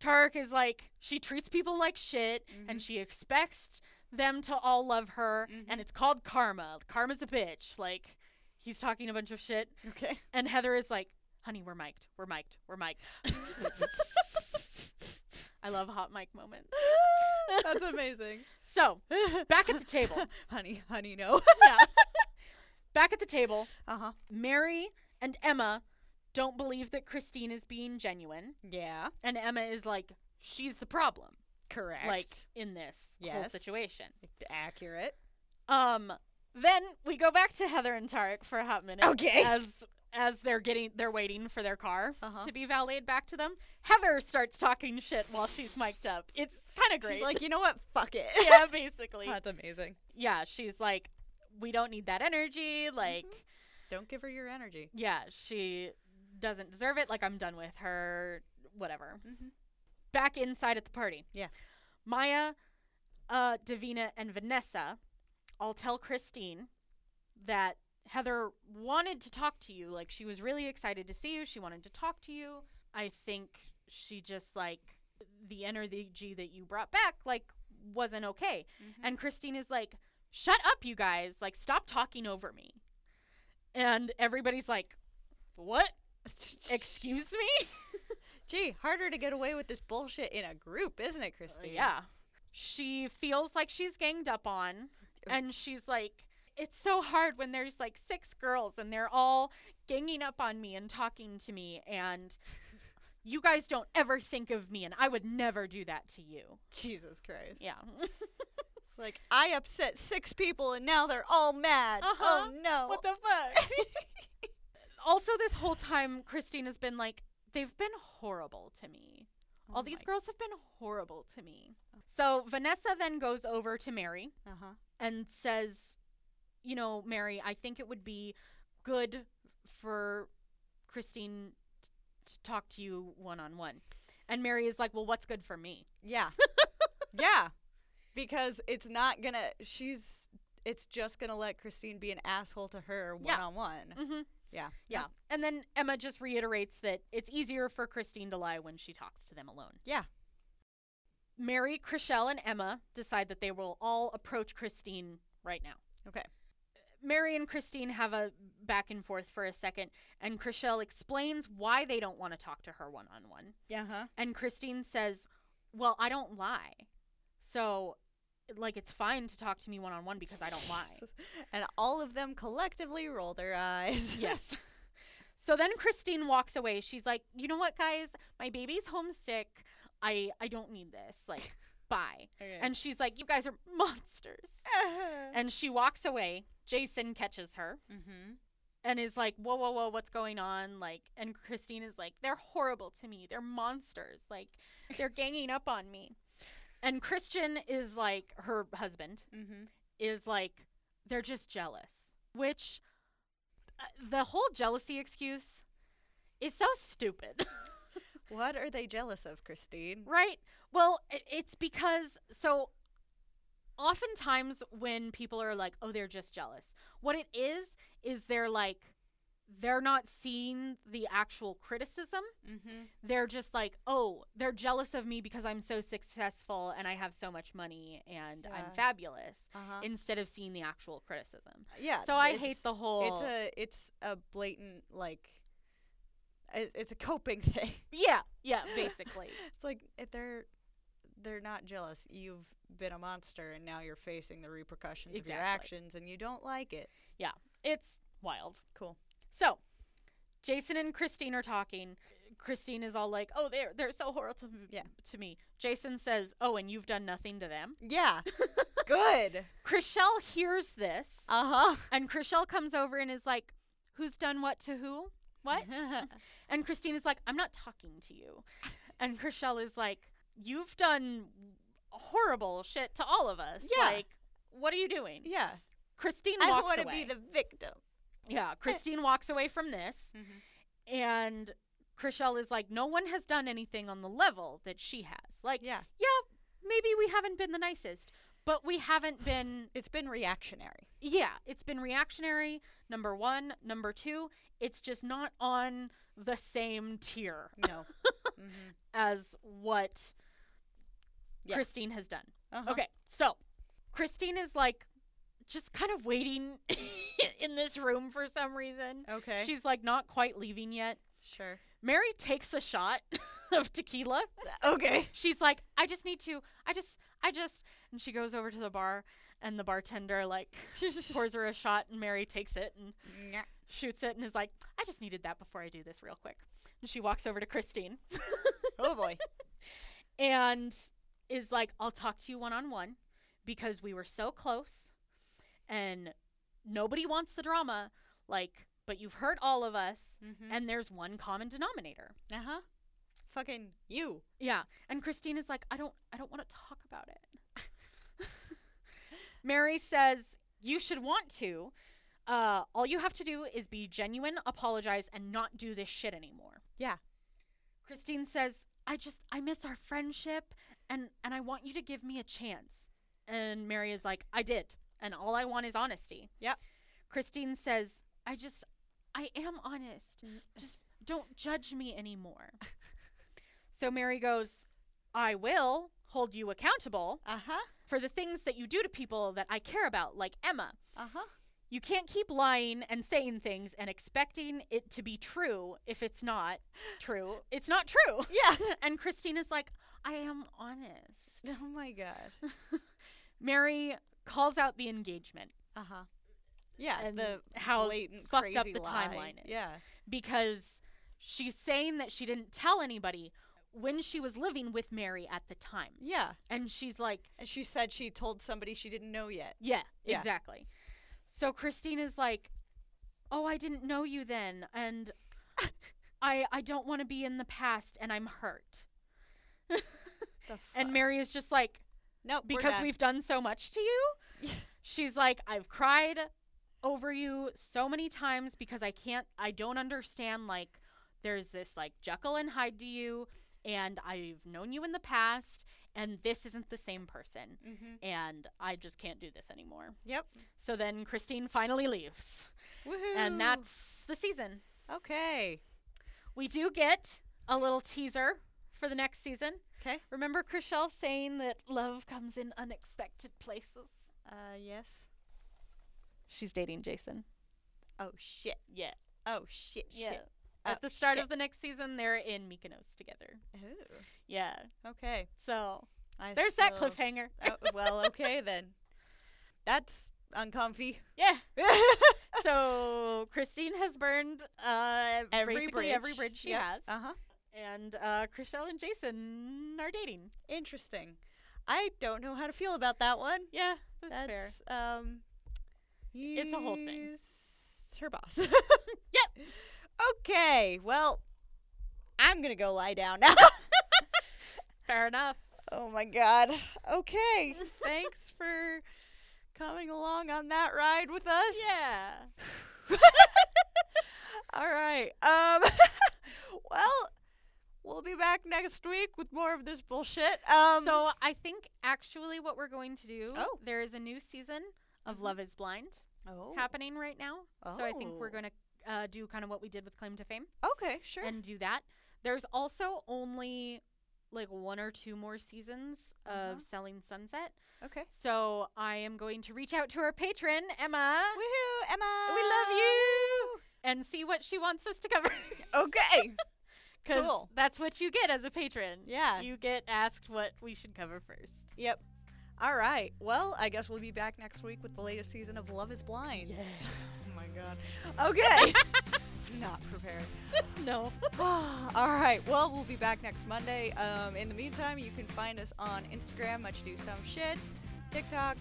Tarek is like, she treats people like shit and she expects them to all love her, and Mhm. it's called karma. Karma's a bitch. Like, he's talking a bunch of shit. Okay. [LAUGHS] And Heather is like, honey, we're mic'd. We're mic'd. We're mic'd. [LAUGHS] I love hot mic moments. That's amazing. [LAUGHS] So, back at the table. [LAUGHS] honey, honey, no. [LAUGHS] Yeah. back at the table, Uh huh. Mary and Emma don't believe that Christine is being genuine. Yeah. And Emma is like, she's the problem, Correct. like, in this whole Yes. situation. accurate. Um, then we go back to Heather and Tarek for a hot minute. Okay. [LAUGHS] As as they're getting, they're waiting for their car Uh-huh. to be valeted back to them. Heather starts talking shit while she's mic'd up. It's kind of great. She's like, you know what? Fuck it. [LAUGHS] [LAUGHS] yeah, basically. That's amazing. Yeah, she's like, we don't need that energy. Mm-hmm. Like, Don't give her your energy. yeah, she doesn't deserve it. Like, I'm done with her. Whatever. Mhm. Back inside at the party. Yeah. Maya, uh, Davina, and Vanessa all tell Christine that Heather wanted to talk to you. Like, she was really excited to see you. She wanted to talk to you. I think she just, like, the energy that you brought back, like, wasn't okay. Mm-hmm. And Christine is like, shut up, you guys. Like, stop talking over me. And everybody's like, what? [LAUGHS] Excuse me? Gee, harder to get away with this bullshit in a group, isn't it, Christine? yeah. She feels like she's ganged up on. And she's like, it's so hard when there's like six girls and they're all ganging up on me and talking to me. [LAUGHS] And you guys don't ever think of me. And I would never do that to you. Jesus Christ. Yeah. [LAUGHS] It's like I upset six people and now they're all mad. Uh-huh. Oh no. What the [LAUGHS] fuck? Oh also, this whole time, Christine has been like, they've been horrible to me. Oh All these my- girls have been horrible to me. So Vanessa then goes over to Mary Uh-huh. and says, You know, Mary, I think it would be good for Christine t- to talk to you one on one. And Mary is like, Well, what's [LAUGHS] good for me? Yeah. yeah. Because it's not gonna she's it's just gonna let Christine be an asshole to her one Yeah. on one. Mm-hmm. Yeah. Yeah. And then Emma just reiterates that it's easier for Christine to lie when she talks to them alone. Yeah. Mary, Chriselle, and Emma decide that they will all approach Christine right now. Okay. Mary and Christine have a back and forth for a second, and Chriselle explains why they don't want to talk to her one on one. Yeah. Huh. And Christine says, Well, I don't lie. So, like, it's fine to talk to me one on one because [LAUGHS] I don't lie. and all of them collectively roll their [LAUGHS] eyes. [LAUGHS] yes. So then Christine walks away. She's like, "You know what, guys? My baby's homesick. I I don't need this. Like, bye." Okay. And she's like, "You guys are monsters." And she walks away. Jason catches her [LAUGHS] mm-hmm. and is like, "Whoa, whoa, whoa! What's going on?" Like, and Christine is like, "They're horrible to me. They're monsters. Like, they're ganging up on me." And Christian is like, her husband Mm-hmm. is like they're just jealous, which uh, the whole jealousy excuse is so stupid, [LAUGHS] What are they jealous of, Christine? right? Well, i- it's because so oftentimes when people are like, "Oh, they're just jealous." What it is is they're like they're not seeing the actual criticism. Mm-hmm. They're just like, "Oh, they're jealous of me because I'm so successful and I have so much money and I'm Yeah. fabulous." Uh-huh. Instead of seeing the actual criticism. yeah. So I Uh, it's- hate the whole. It's a it's a blatant like. It, it's a coping [LAUGHS] thing. yeah, yeah, basically. It's like if they're they're not jealous. You've been a monster, and now you're facing the repercussions of your Exactly. actions, and you don't like it. it's wild. Cool. So, Jason and Christine are talking. Christine is all like, "Oh, they're they're so horrible to, Yeah. to me." Jason says, "Oh, and you've done nothing to them." [LAUGHS] Yeah. Good. Chriselle hears this, Uh huh. and Chriselle comes over and is like, "Who's done what to who? [LAUGHS] What?" Mm-hmm. And Christine is like, "I'm not talking to you." And Chriselle is like, "You've done horrible shit to all of us. Yeah. Like, what are you doing?" yeah. Christine I walks don't want to be away. the victim. Eh. Yeah, Christine walks away from this, Mhm. and Chriselle is like, "No one has done anything on the level that she has. Like, Yeah. maybe we haven't been the nicest, but we haven't been. It's been [LAUGHS] reactionary. Yeah, it's been reactionary. Number one, number two, it's just not on the same tier No. Mhm. as what Yeah. Christine has done. Uh-huh. Okay, so Christine is like." Just kind of waiting [LAUGHS] in this room for some reason. Okay. She's like not quite leaving yet. sure. Mary takes a shot [LAUGHS] of tequila. [LAUGHS] Okay. She's like, I just need to, I just, I just. And she goes over to the bar, and the bartender, like, pours her a shot, and Mary takes it and Nyah. shoots it and is like, I just needed that before I do this real quick. And she walks over to Christine oh boy. and is like, I'll talk to you one on one because we were so close and nobody wants the drama. Like, but you've hurt all of us, Mm-hmm. and there's one common denominator. Uh huh. Fucking you. Yeah, and Christine is like, I don't, I don't want to talk about it. [LAUGHS] Mary says you should want to. Uh, all you have to do is be genuine, apologize, and not do this shit anymore. Yeah. Christine says, I just, I miss our friendship, and and I want you to give me a chance. And Mary is like, I did, and all I want is honesty. Yep. Christine says, I just, I am honest. Mm. Just don't judge me anymore. So Mary goes, I will hold you accountable Uh huh. for the things that you do to people that I care about, like Emma. Uh huh. You can't keep lying and saying things and expecting it to be true if it's not true. It's not true. [LAUGHS] Yeah. [LAUGHS] and Christine is like, I am honest. Oh my god. Mary calls out the engagement Uh huh. Yeah. And Uh, the how blatant fucked crazy up the lie. timeline is. Yeah. because she's saying that she didn't tell anybody when she was living with Mary at the time. Yeah. And she's like, And she said she told somebody she didn't know yet. Yeah, Yeah. exactly. So Christine is like, "Oh, I didn't know you then, and [LAUGHS] I I don't want to be in the past, and I'm hurt." The And Mary is just like, no, "Because we've done so much to you." [LAUGHS] Yeah. She's like, "I've cried over you so many times because I can't I don't understand like there's this like Jekyll and Hyde to you and I've known you in the past and this isn't the same person Mm-hmm. and I just can't do this anymore. Yep. So then Christine finally leaves. Woohoo. And that's the season. Mm-hmm. okay. We do get a little teaser for the next season. 'Kay. Remember Chriselle saying that love comes in unexpected places? Uh, yes. She's dating Jason. Oh shit. Yeah. Oh shit. Yeah. Shit. At Oh, the start shit. of the next season, they're in Mykonos together. Ooh. Yeah. Okay. So I there's that still- cliffhanger. oh, well, okay then. That's [LAUGHS] uncomfy. [LAUGHS] Yeah. So Christine has burned uh, Every basically every bridge. bridge she Yep. has. Uh huh. and uh, Chriselle and Jason are dating. Interesting. I don't know how to feel about that one. Yeah, that's, That's fair. um. It's a whole thing. he's her boss. yep. [LAUGHS] Okay. Well, I'm gonna go lie down now. [LAUGHS] Fair enough. Oh my god. [LAUGHS] Okay. Thanks for coming along on that ride with us. Yeah. All right. Um [LAUGHS] well, we'll be back next week with more of this bullshit. Um so I think actually what we're going to do, Oh. there is a new season of Mhm. Love is Blind oh, happening right now. So I think we're Oh. going to uh, do kind of what we did with Claim to Fame Okay, sure. and do that. There's also only like one or two more seasons Uh-huh. of Selling Sunset. okay. So I am going to reach out to our patron, Emma, Woohoo, Emma. We love you. and see what she wants us to [LAUGHS] cover. Okay. [LAUGHS] Because Cool. that's what you get as a patron. Yeah. You get asked what we should cover first. yep. All right. Well, I guess we'll be back next week with the latest season of Love is Blind. Yes. [LAUGHS] oh my god. Okay. [LAUGHS] Not prepared. No. [SIGHS] [LAUGHS] All right. Well, we'll be back next Monday. Um, in the meantime, you can find us on Instagram, Much Ado Some Shit, TikTok,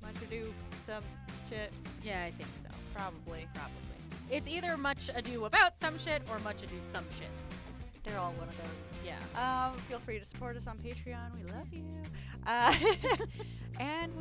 Much Ado Some Shit, Yeah, I think so. probably. Probably. It's either much ado about some shit or much ado some shit. They're all one of those. Yeah. Um, feel free to support us on Patreon. We love you. Uh, [LAUGHS] and